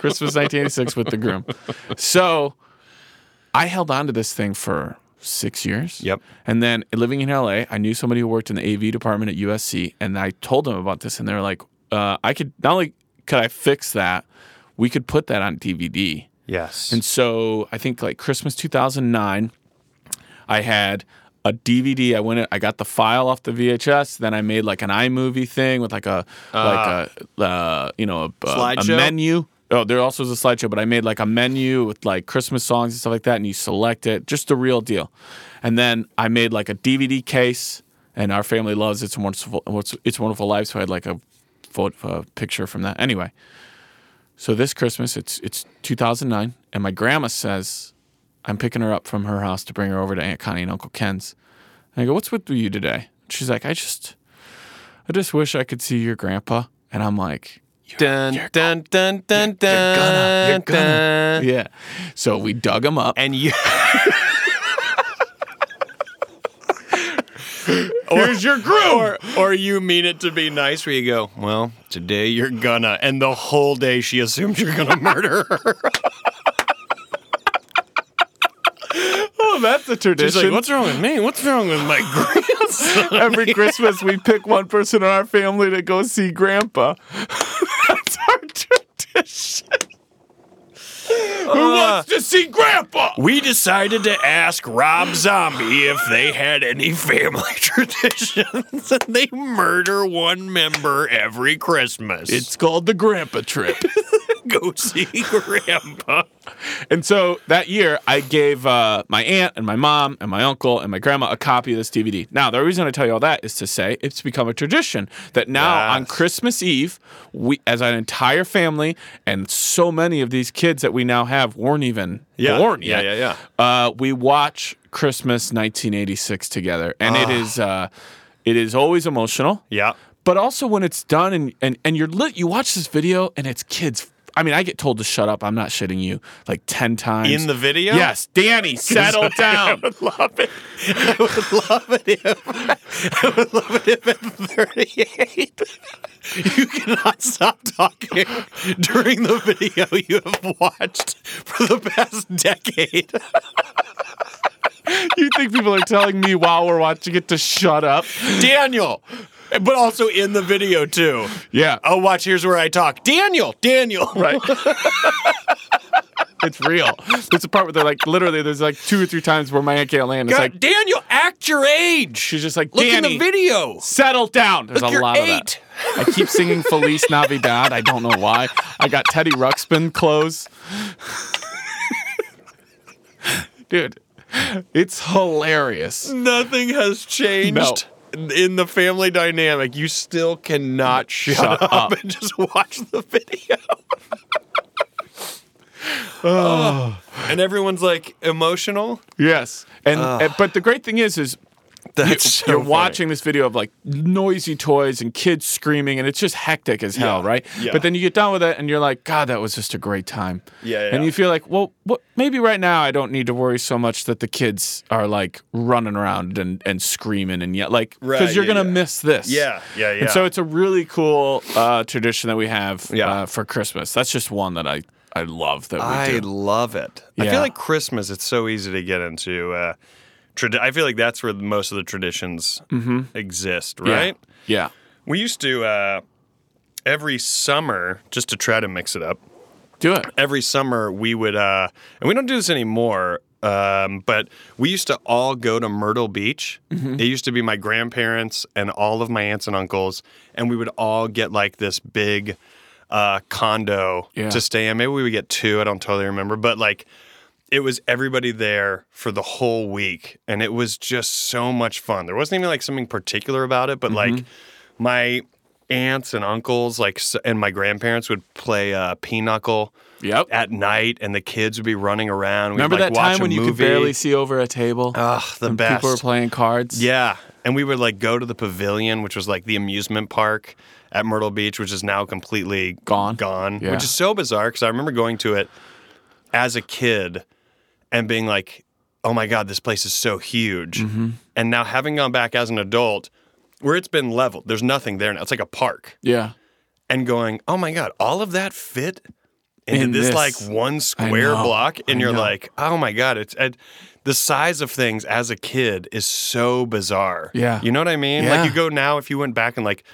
Speaker 5: Christmas 1986 with the groom. So I held on to this thing for six years.
Speaker 4: Yep.
Speaker 5: And then living in LA, I knew somebody who worked in the AV department at USC, and I told them about this, and they were like, uh, "I could not only could I fix that, we could put that on DVD."
Speaker 4: Yes.
Speaker 5: And so I think like Christmas 2009, I had a DVD. I went, I got the file off the VHS. Then I made like an iMovie thing with like a like a uh, you know a, a- a
Speaker 4: Slideshow?
Speaker 5: menu. Oh, there also was a slideshow, but I made like a menu with like Christmas songs and stuff like that, and you select it, just the real deal. And then I made like a DVD case, and our family loves it's wonderful, It's- it's wonderful life. So I had like a photo, a picture from that. Anyway, so this Christmas, it's it's 2009, and my grandma says, "I'm picking her up from her house to bring her over to Aunt Connie and Uncle Ken's." And I go, "What's with you today?" She's like, "I just, I just wish I could see your grandpa." And I'm like,
Speaker 4: dun, dun, dun, dun, dun,
Speaker 5: gonna- you're
Speaker 4: dun.
Speaker 5: "Yeah." So we dug him up.
Speaker 4: And you.
Speaker 5: Here's your groom.
Speaker 4: Or, or you mean it to be nice where you go, well, today you're gonna, and the whole day she assumes you're gonna murder her.
Speaker 5: oh, that's a
Speaker 4: She's
Speaker 5: tradition.
Speaker 4: like, what's wrong with me? What's wrong with my grandson?
Speaker 5: Every Christmas, we pick one person in our family to go see grandpa. that's our tradition. Who wants to see grandpa?
Speaker 4: We decided to ask Rob Zombie if they had any family traditions, and they murder one member every Christmas.
Speaker 5: It's called the grandpa trip.
Speaker 4: go see Grandpa.
Speaker 5: And so that year, I gave uh, my aunt and my mom and my uncle and my grandma a copy of this DVD. Now, the reason I tell you all that is to say it's become a tradition that now
Speaker 4: Yes.
Speaker 5: on Christmas Eve, we, as an entire family, and so many of these kids that we now have weren't even
Speaker 4: Yeah.
Speaker 5: born
Speaker 4: Yeah,
Speaker 5: yet.
Speaker 4: yeah,
Speaker 5: yeah. Uh, we watch Christmas 1986 together, and
Speaker 4: Ah.
Speaker 5: it is uh, it is always emotional
Speaker 4: Yeah.
Speaker 5: but also when it's done and and, and you're lit you watch this video and it's kids I mean, I get told to shut up. I'm not shitting you like 10 times.
Speaker 4: In the video?
Speaker 5: Yes. Danny, settle down.
Speaker 4: Love it. I would love it if I would love it if at 38 you cannot stop talking during the video you have watched for the past decade.
Speaker 5: You think people are telling me while we're watching it to shut up?
Speaker 4: Daniel, but also in the video too.
Speaker 5: Yeah.
Speaker 4: Oh, watch, here's where I talk. Daniel, Daniel.
Speaker 5: Right. it's real. There's a part where they're like, literally, there's like two or three times where my Aunt Caroline is
Speaker 4: God,
Speaker 5: like,
Speaker 4: Daniel, act your age.
Speaker 5: she's just like,
Speaker 4: Look
Speaker 5: Danny,
Speaker 4: in the video.
Speaker 5: settle down. There's
Speaker 4: Look,
Speaker 5: a
Speaker 4: you're
Speaker 5: lot of that.
Speaker 4: eight.
Speaker 5: I keep singing Felice Navidad. I don't know why. I got Teddy Ruxpin clothes. Dude, it's hilarious.
Speaker 4: Nothing has changed in the family dynamic. You still cannot shut, up, and just watch the video. And everyone's like emotional.
Speaker 5: Yes. And, and- but the great thing is is
Speaker 4: That's so
Speaker 5: you're
Speaker 4: funny.
Speaker 5: watching this video of like noisy toys and kids screaming and it's just hectic as hell,
Speaker 4: Yeah.
Speaker 5: right?
Speaker 4: Yeah.
Speaker 5: But then you get done with it and you're like, God, that was just a great time.
Speaker 4: Yeah, yeah,
Speaker 5: And
Speaker 4: yeah.
Speaker 5: you feel like, well, what maybe right now I don't need to worry so much that the kids are like running around and, and screaming and yet like because
Speaker 4: Right,
Speaker 5: you're
Speaker 4: yeah,
Speaker 5: gonna
Speaker 4: yeah.
Speaker 5: miss this.
Speaker 4: Yeah, yeah, yeah.
Speaker 5: And so it's a really cool uh, tradition that we have
Speaker 4: Yeah.
Speaker 5: uh, for Christmas. That's just one that I I love that we
Speaker 4: I
Speaker 5: do.
Speaker 4: love it. I
Speaker 5: Yeah.
Speaker 4: feel like Christmas. It's so easy to get into. Uh, trad- I feel like that's where most of the traditions Mm-hmm. exist,
Speaker 5: Yeah.
Speaker 4: right?
Speaker 5: Yeah.
Speaker 4: We used to uh, every summer just to try to mix it up.
Speaker 5: Do it.
Speaker 4: Every summer we would, uh, and we don't do this anymore. Um, but we used to all go to Myrtle Beach. It used to be my grandparents and all of my aunts and uncles, and we would all get like this big uh, condo
Speaker 5: Yeah.
Speaker 4: to stay in. Maybe we would get two. I don't totally remember, but like it was everybody there for the whole week and it was just so much fun there wasn't even like something particular about it but like my aunts and uncles, like, s- and my grandparents would play uh, pinochle
Speaker 5: Yep.
Speaker 4: at night, and the kids would be running around. We'd,
Speaker 5: Remember
Speaker 4: like,
Speaker 5: that
Speaker 4: watch
Speaker 5: time
Speaker 4: a
Speaker 5: when you could
Speaker 4: movie. Oh,
Speaker 5: barely see over a table?
Speaker 4: Ugh, the
Speaker 5: when
Speaker 4: best.
Speaker 5: People were playing cards.
Speaker 4: Yeah. And we would like go to the pavilion, which was like the amusement park at Myrtle Beach, which is now completely
Speaker 5: Gone.
Speaker 4: Gone.
Speaker 5: Yeah.
Speaker 4: Which is so bizarre because I remember going to it as a kid and being like, oh my God, this place is so huge.
Speaker 5: Mm-hmm.
Speaker 4: And now having gone back as an adult, where it's been leveled, there's nothing there now. It's like a park.
Speaker 5: Yeah.
Speaker 4: And going, oh my God, all of that fit into
Speaker 5: In
Speaker 4: this,
Speaker 5: this.
Speaker 4: like one square
Speaker 5: know.
Speaker 4: block. And
Speaker 5: I
Speaker 4: you're
Speaker 5: know.
Speaker 4: like, oh my God, it's it, the size of things as a kid is so bizarre.
Speaker 5: Yeah.
Speaker 4: You know what I mean?
Speaker 5: Yeah.
Speaker 4: Like you go now, if you went back and like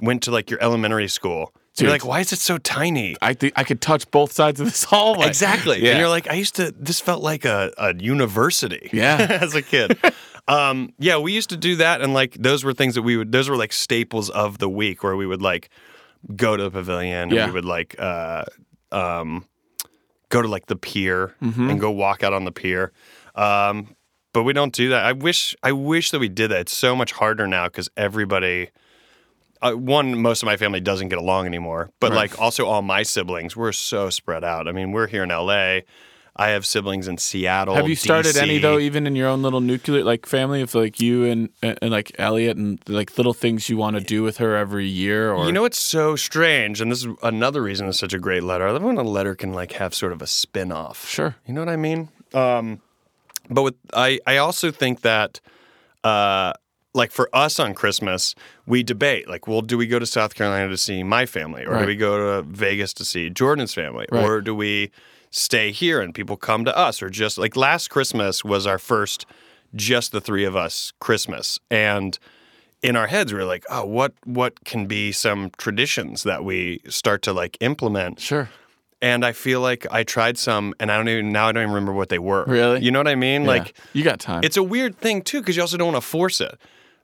Speaker 4: went to like your elementary school, you're
Speaker 5: Dude.
Speaker 4: like, why is it so tiny?
Speaker 5: I think I could touch both sides of this hallway.
Speaker 4: Exactly.
Speaker 5: Yeah.
Speaker 4: And you're like, I used to, this felt like a, a university.
Speaker 5: Yeah.
Speaker 4: as a kid. um, yeah, we used to do that. And like, those were things that we would, those were like staples of the week where we would like go to the pavilion
Speaker 5: Yeah.
Speaker 4: and we would like, uh, um, go to like the pier
Speaker 5: Mm-hmm.
Speaker 4: and go walk out on the pier. Um, but we don't do that. I wish, I wish that we did that. It's so much harder now because everybody, uh, one, most of my family doesn't get along anymore, but like also all my siblings, we're so spread out. I mean, we're here in LA. I have siblings in Seattle.
Speaker 5: Have you started any
Speaker 4: DC.
Speaker 5: though, even in your own little nuclear like family of like you and and, and, like Elliot and like little things you want to do with her every year or
Speaker 4: You know, it's so strange, and this is another reason it's such a great letter. I love when a letter can like have sort of a spin off.
Speaker 5: Sure.
Speaker 4: You know what I mean? Um, but with I, I also think that uh, like for us on Christmas, we debate like, well, do we go to South Carolina to see my family, or
Speaker 5: Right.
Speaker 4: do we go to Vegas to see Jordan's family,
Speaker 5: Right.
Speaker 4: or do we stay here and people come to us, or just like last Christmas was our first, just the three of us Christmas, and in our heads we were like, oh, what what can be some traditions that we start to like implement,
Speaker 5: Sure.
Speaker 4: and I feel like I tried some, and I don't even now I don't even remember what they were.
Speaker 5: Really?
Speaker 4: you know what I mean?
Speaker 5: Yeah.
Speaker 4: Like
Speaker 5: you got time.
Speaker 4: it's a weird thing too because you also don't want to force it.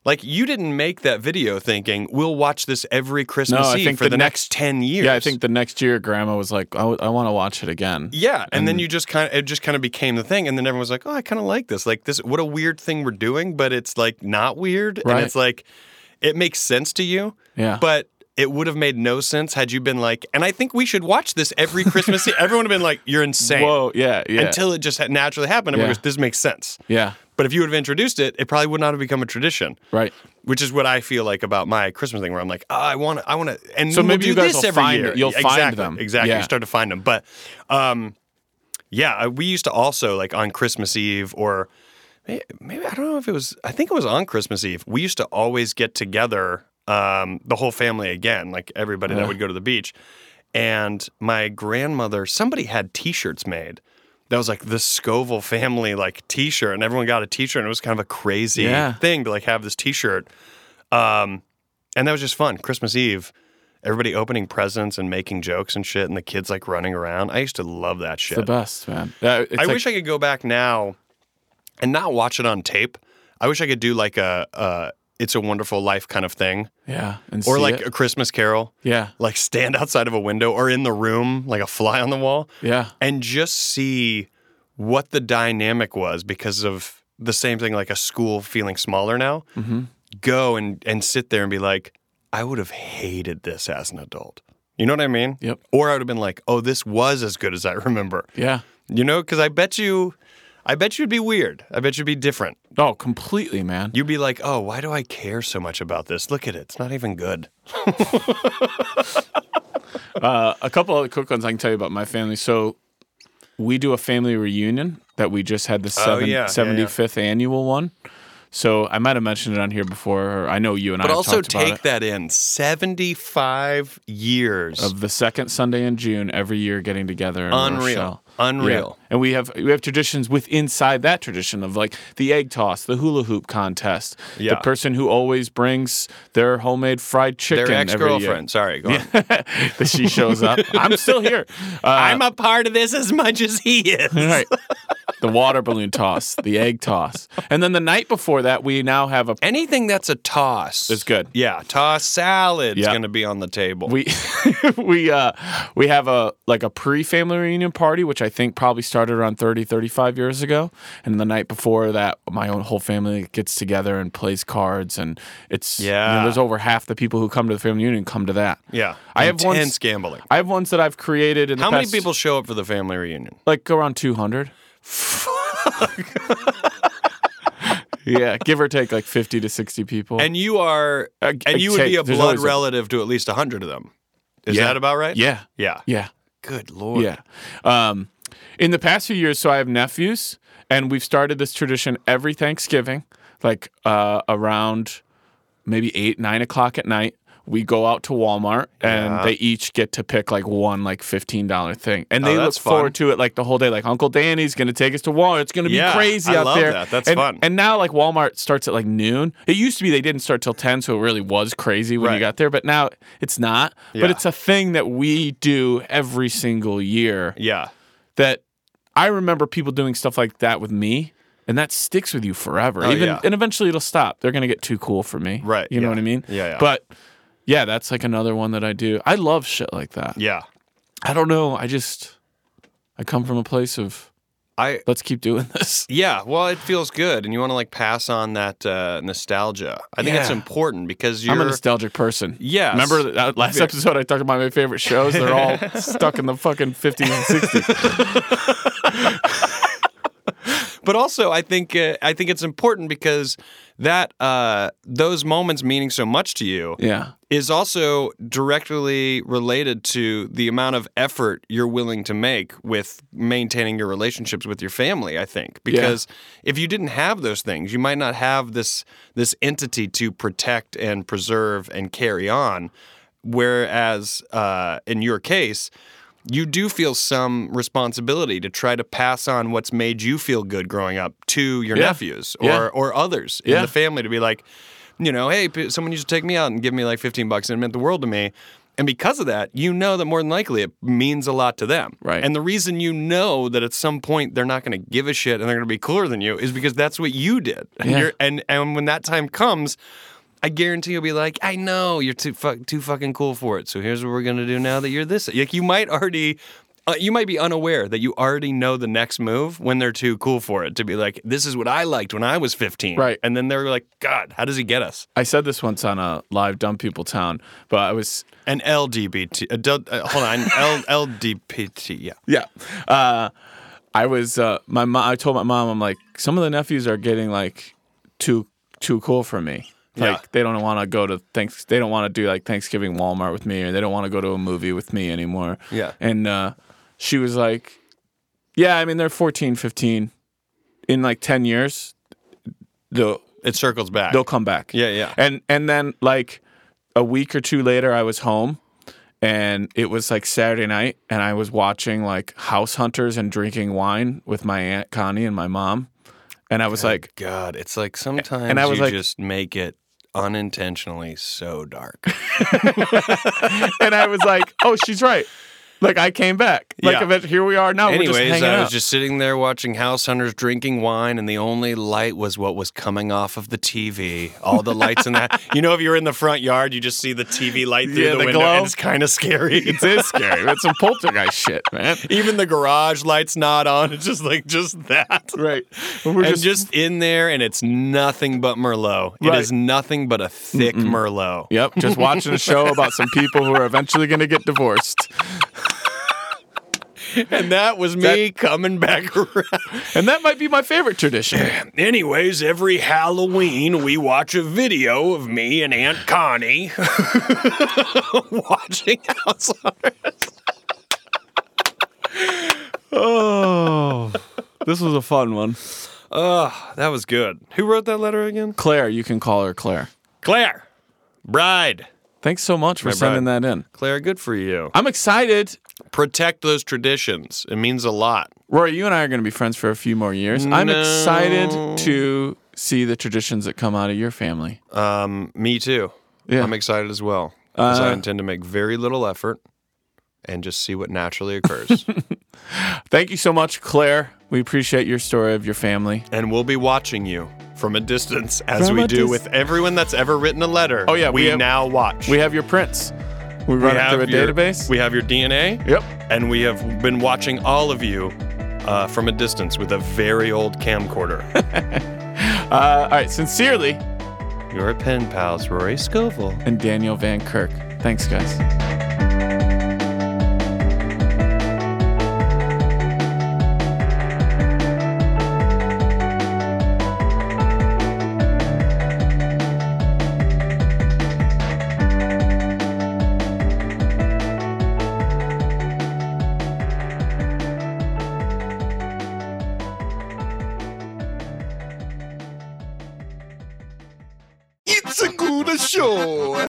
Speaker 4: Like you didn't make that video thinking we'll watch this every Christmas
Speaker 5: I
Speaker 4: Eve
Speaker 5: think
Speaker 4: for
Speaker 5: the
Speaker 4: the, next,
Speaker 5: next-
Speaker 4: ten years.
Speaker 5: Yeah, I think the next year grandma was like, I, want to watch it again.
Speaker 4: Yeah, and, then you just kind of it just kind of became the thing, and then everyone was like, "Oh, I kind of like this. Like this, what a weird thing we're doing, but it's like not weird,
Speaker 5: Right.
Speaker 4: and it's like it makes sense to you,
Speaker 5: Yeah.
Speaker 4: but." It would have made no sense had you been like, and I think we should watch this every Christmas. Eve." Everyone would have been like, "You're insane."
Speaker 5: Whoa, yeah, yeah.
Speaker 4: until it just had naturally happened. And
Speaker 5: Yeah.
Speaker 4: we goes, this makes sense.
Speaker 5: yeah,
Speaker 4: But if you would have introduced it, it probably would not have become a tradition.
Speaker 5: right.
Speaker 4: Which is what I feel like about my Christmas thing, where I'm like, oh, I want to, I want to, and
Speaker 5: So
Speaker 4: we'll
Speaker 5: maybe
Speaker 4: do
Speaker 5: you guys
Speaker 4: this
Speaker 5: will
Speaker 4: every
Speaker 5: find-
Speaker 4: year.
Speaker 5: you'll
Speaker 4: exactly,
Speaker 5: find them.
Speaker 4: Exactly,
Speaker 5: Yeah.
Speaker 4: you start to find them. But um, yeah, I- we used to also like on Christmas Eve or may- maybe I don't know if it was, I think it was on Christmas Eve. We used to always get together, um, the whole family again, like everybody that would go to the beach. And my grandmother, somebody had T-shirts made. That was like the Scoville family like T-shirt, and everyone got a T-shirt, and it was kind of a crazy
Speaker 5: Yeah.
Speaker 4: thing to like have this T-shirt. Um, and that was just fun. Christmas Eve, everybody opening presents and making jokes and shit, and the kids like running around. I used to love that
Speaker 5: It's
Speaker 4: shit.
Speaker 5: the best, man. Uh, it's
Speaker 4: I
Speaker 5: like-
Speaker 4: wish I could go back now and not watch it on tape. I wish I could do like a, a "It's a Wonderful Life" kind of thing,
Speaker 5: yeah, and
Speaker 4: or
Speaker 5: see
Speaker 4: like
Speaker 5: it.
Speaker 4: a Christmas Carol,
Speaker 5: yeah,
Speaker 4: like stand outside of a window or in the room, like a fly on the wall,
Speaker 5: yeah,
Speaker 4: and just see what the dynamic was because of the same thing, like a school feeling smaller now. Go and and sit there and be like, I would have hated this as an adult. You know what I mean?
Speaker 5: Yep.
Speaker 4: Or I would have been like, oh, this was as good as I remember.
Speaker 5: yeah.
Speaker 4: You know, because I bet you, I bet you'd be weird. I bet you'd be different.
Speaker 5: No, Oh, completely, man.
Speaker 4: You'd be like, oh, why do I care so much about this? Look at it. It's not even good.
Speaker 5: Uh, a couple other quick ones I can tell you about my family. So we do a family reunion that we just had the seven,
Speaker 4: Oh, yeah, yeah, yeah.
Speaker 5: 75th annual one. So I might have mentioned it on here before, or I know you and
Speaker 4: But
Speaker 5: I have
Speaker 4: also
Speaker 5: talked about
Speaker 4: take
Speaker 5: it.
Speaker 4: that in 75 years.
Speaker 5: of the second Sunday in June every year getting together. in
Speaker 4: Unreal.
Speaker 5: Rochelle.
Speaker 4: Unreal.
Speaker 5: Yeah. And we have we have traditions with inside that tradition of like the egg toss, the hula hoop contest,
Speaker 4: Yeah.
Speaker 5: the person who always brings their homemade fried chicken
Speaker 4: Their ex
Speaker 5: every year.
Speaker 4: girlfriend. Sorry, go on.
Speaker 5: that she shows up. I'm still here. Uh,
Speaker 4: I'm a part of this as much as he is.
Speaker 5: Right. the water balloon toss, the egg toss. And then the night before that, we now have a.
Speaker 4: Anything that's a toss
Speaker 5: It's good.
Speaker 4: Yeah, toss salad is
Speaker 5: Yeah.
Speaker 4: going to be on the table.
Speaker 5: We we uh we have a like a pre-family reunion party which I think probably started around 30 35 years ago and the night before that my own whole family gets together and plays cards and it's you know,
Speaker 4: Yeah.
Speaker 5: there's over half the people who come to the family reunion come to that.
Speaker 4: yeah,
Speaker 5: I have
Speaker 4: intense
Speaker 5: ones
Speaker 4: gambling.
Speaker 5: I have ones that I've created in the
Speaker 4: How many
Speaker 5: past-
Speaker 4: people show up for the family reunion?
Speaker 5: like around 200. yeah, give or take like 50 to 60 people.
Speaker 4: And you are,
Speaker 5: I- I
Speaker 4: and you would be
Speaker 5: take-
Speaker 4: a
Speaker 5: there's
Speaker 4: blood
Speaker 5: always a-
Speaker 4: relative to at least hundred of them. Is
Speaker 5: Yeah.
Speaker 4: that about right?
Speaker 5: yeah.
Speaker 4: yeah.
Speaker 5: Yeah.
Speaker 4: Good lord.
Speaker 5: Yeah. Um, in the past few years, so I have nephews, and we've started this tradition every Thanksgiving, like uh, around maybe eight, nine o'clock at night. We go out to Walmart and they each get to pick like one like fifteen dollar thing, and they look
Speaker 4: Oh, that's
Speaker 5: forward
Speaker 4: fun.
Speaker 5: to it like the whole day. Like Uncle Danny's gonna take us to Walmart. It's gonna be
Speaker 4: Yeah,
Speaker 5: crazy
Speaker 4: I
Speaker 5: out
Speaker 4: love
Speaker 5: there.
Speaker 4: that. That's
Speaker 5: and,
Speaker 4: fun.
Speaker 5: And now like Walmart starts at like noon. It used to be they didn't start till ten, so it really was crazy when you
Speaker 4: Right.
Speaker 5: got there. But now it's not. But
Speaker 4: Yeah.
Speaker 5: it's a thing that we do every single year
Speaker 4: Yeah.
Speaker 5: that I remember people doing stuff like that with me, and that sticks with you forever.
Speaker 4: Oh,
Speaker 5: Even
Speaker 4: yeah.
Speaker 5: and eventually it'll stop. They're gonna get too cool for me,
Speaker 4: Right,
Speaker 5: You know
Speaker 4: yeah.
Speaker 5: what I mean?
Speaker 4: Yeah, yeah.
Speaker 5: But yeah, that's like another one that I do. I love shit like that.
Speaker 4: Yeah.
Speaker 5: I don't know. I just I come from a place of
Speaker 4: I
Speaker 5: let's keep doing this.
Speaker 4: Yeah, well, it feels good, and you want to like pass on that uh, nostalgia. I think that's
Speaker 5: Yeah.
Speaker 4: important because you're.
Speaker 5: I'm a nostalgic person.
Speaker 4: Yes.
Speaker 5: Remember that last episode I talked about my favorite shows? They're all stuck in the fucking 50s and 60s.
Speaker 4: but also, I think uh, I think it's important because that uh, those moments meaning so much to you
Speaker 5: Yeah.
Speaker 4: is also directly related to the amount of effort you're willing to make with maintaining your relationships with your family i think because if you didn't have those things you might not have this this entity to protect and preserve and carry on whereas uh, in your case you do feel some responsibility to try to pass on what's made you feel good growing up to your
Speaker 5: Yeah.
Speaker 4: nephews or,
Speaker 5: Yeah.
Speaker 4: or others in
Speaker 5: Yeah.
Speaker 4: the family to be like, you know, hey, p- someone used to take me out and give me like 15 bucks and it meant the world to me. And because of that, you know that more than likely it means a lot to them.
Speaker 5: Right.
Speaker 4: And the reason you know that at some point they're not going to give a shit and they're going to be cooler than you is because that's what you did. And
Speaker 5: Yeah.
Speaker 4: You're, and and when that time comes, I guarantee you'll be like, I know you're too fuck too fucking cool for it. So here's what we're gonna do now that you're this. Like you might already, uh, you might be unaware that you already know the next move when they're too cool for it to be like, this is what I liked when I was 15.
Speaker 5: Right.
Speaker 4: And then they're like, God, how does he get us?
Speaker 5: I said this once on a live Dumb People Town, but I was
Speaker 4: An LDBT. A del- uh, hold on, L, LDPT. Yeah.
Speaker 5: Yeah. Uh, I was uh, my mom. I told my mom, I'm like, some of the nephews are getting like too too cool for me. Like
Speaker 4: Yeah.
Speaker 5: they don't want to go to thanks. They don't want to do like Thanksgiving Walmart with me, or they don't want to go to a movie with me anymore.
Speaker 4: Yeah.
Speaker 5: And uh, she was like, Yeah, I mean they're 14, 15. In like 10 years, they'll
Speaker 4: It circles back.
Speaker 5: they'll come back.
Speaker 4: Yeah, yeah.
Speaker 5: And and then like a week or two later, I was home, and it was like Saturday night, and I was watching like House Hunters and drinking wine with my aunt Connie and my mom, and I was like,
Speaker 4: God, it's like sometimes
Speaker 5: and I was
Speaker 4: you
Speaker 5: like-
Speaker 4: just make it unintentionally so dark.
Speaker 5: and I was like, oh, she's right. Like I came back. Like
Speaker 4: Yeah.
Speaker 5: eventually, here we are now. Oh, we're just
Speaker 4: Anyways,
Speaker 5: hanging
Speaker 4: I
Speaker 5: out.
Speaker 4: was just sitting there watching House Hunters drinking wine, and the only light was what was coming off of the TV. All the lights in that. You know, if you're in the front yard, you just see the TV light through
Speaker 5: Yeah,
Speaker 4: the,
Speaker 5: the
Speaker 4: window,
Speaker 5: glow.
Speaker 4: and it's kind of scary.
Speaker 5: It is scary. That's some poltergeist shit, man.
Speaker 4: Even the garage light's not on. It's just like, just that.
Speaker 5: Right. We're
Speaker 4: and
Speaker 5: just,
Speaker 4: just, in there, and it's nothing but Merlot.
Speaker 5: Right.
Speaker 4: It is nothing but a thick Merlot.
Speaker 5: yep, just watching a show about some people who are eventually going to get divorced.
Speaker 4: And that was me coming back around.
Speaker 5: And that might be my favorite tradition.
Speaker 4: Anyways, every Halloween we watch a video of me and Aunt Connie watching House
Speaker 5: Oh, this was a fun one.
Speaker 4: That was good. Who wrote that letter again?
Speaker 5: Claire, you can call her Claire.
Speaker 4: Claire, bride.
Speaker 5: Thanks so much for sending that in.
Speaker 4: Claire, good for you.
Speaker 5: I'm excited.
Speaker 4: Protect those traditions. It means a lot.
Speaker 5: Rory, you and I are going to be friends for a few more years. I'm excited to see the traditions that come out of your family.
Speaker 4: Me too.
Speaker 5: Yeah. Uh,
Speaker 4: I'm excited as well because I intend to make very little effort and just see what naturally occurs.
Speaker 5: Thank you so much, Claire. We appreciate your story of your family.
Speaker 4: And we'll be watching you from a distance, as
Speaker 5: From
Speaker 4: we
Speaker 5: a
Speaker 4: do
Speaker 5: dis-
Speaker 4: with everyone that's ever written a letter.
Speaker 5: Oh, yeah,
Speaker 4: we,
Speaker 5: we have-
Speaker 4: now watch.
Speaker 5: We have your prints. We
Speaker 4: We
Speaker 5: run it through a
Speaker 4: your-
Speaker 5: database.
Speaker 4: We have your DNA,
Speaker 5: yep.
Speaker 4: and we have been watching all of you uh, from a distance with a very old camcorder.
Speaker 5: Uh, all right. Sincerely,
Speaker 4: Your pen pals, Rory Scovel.
Speaker 5: and Daniel Van Kirk. Thanks, guys.
Speaker 2: It's a good show.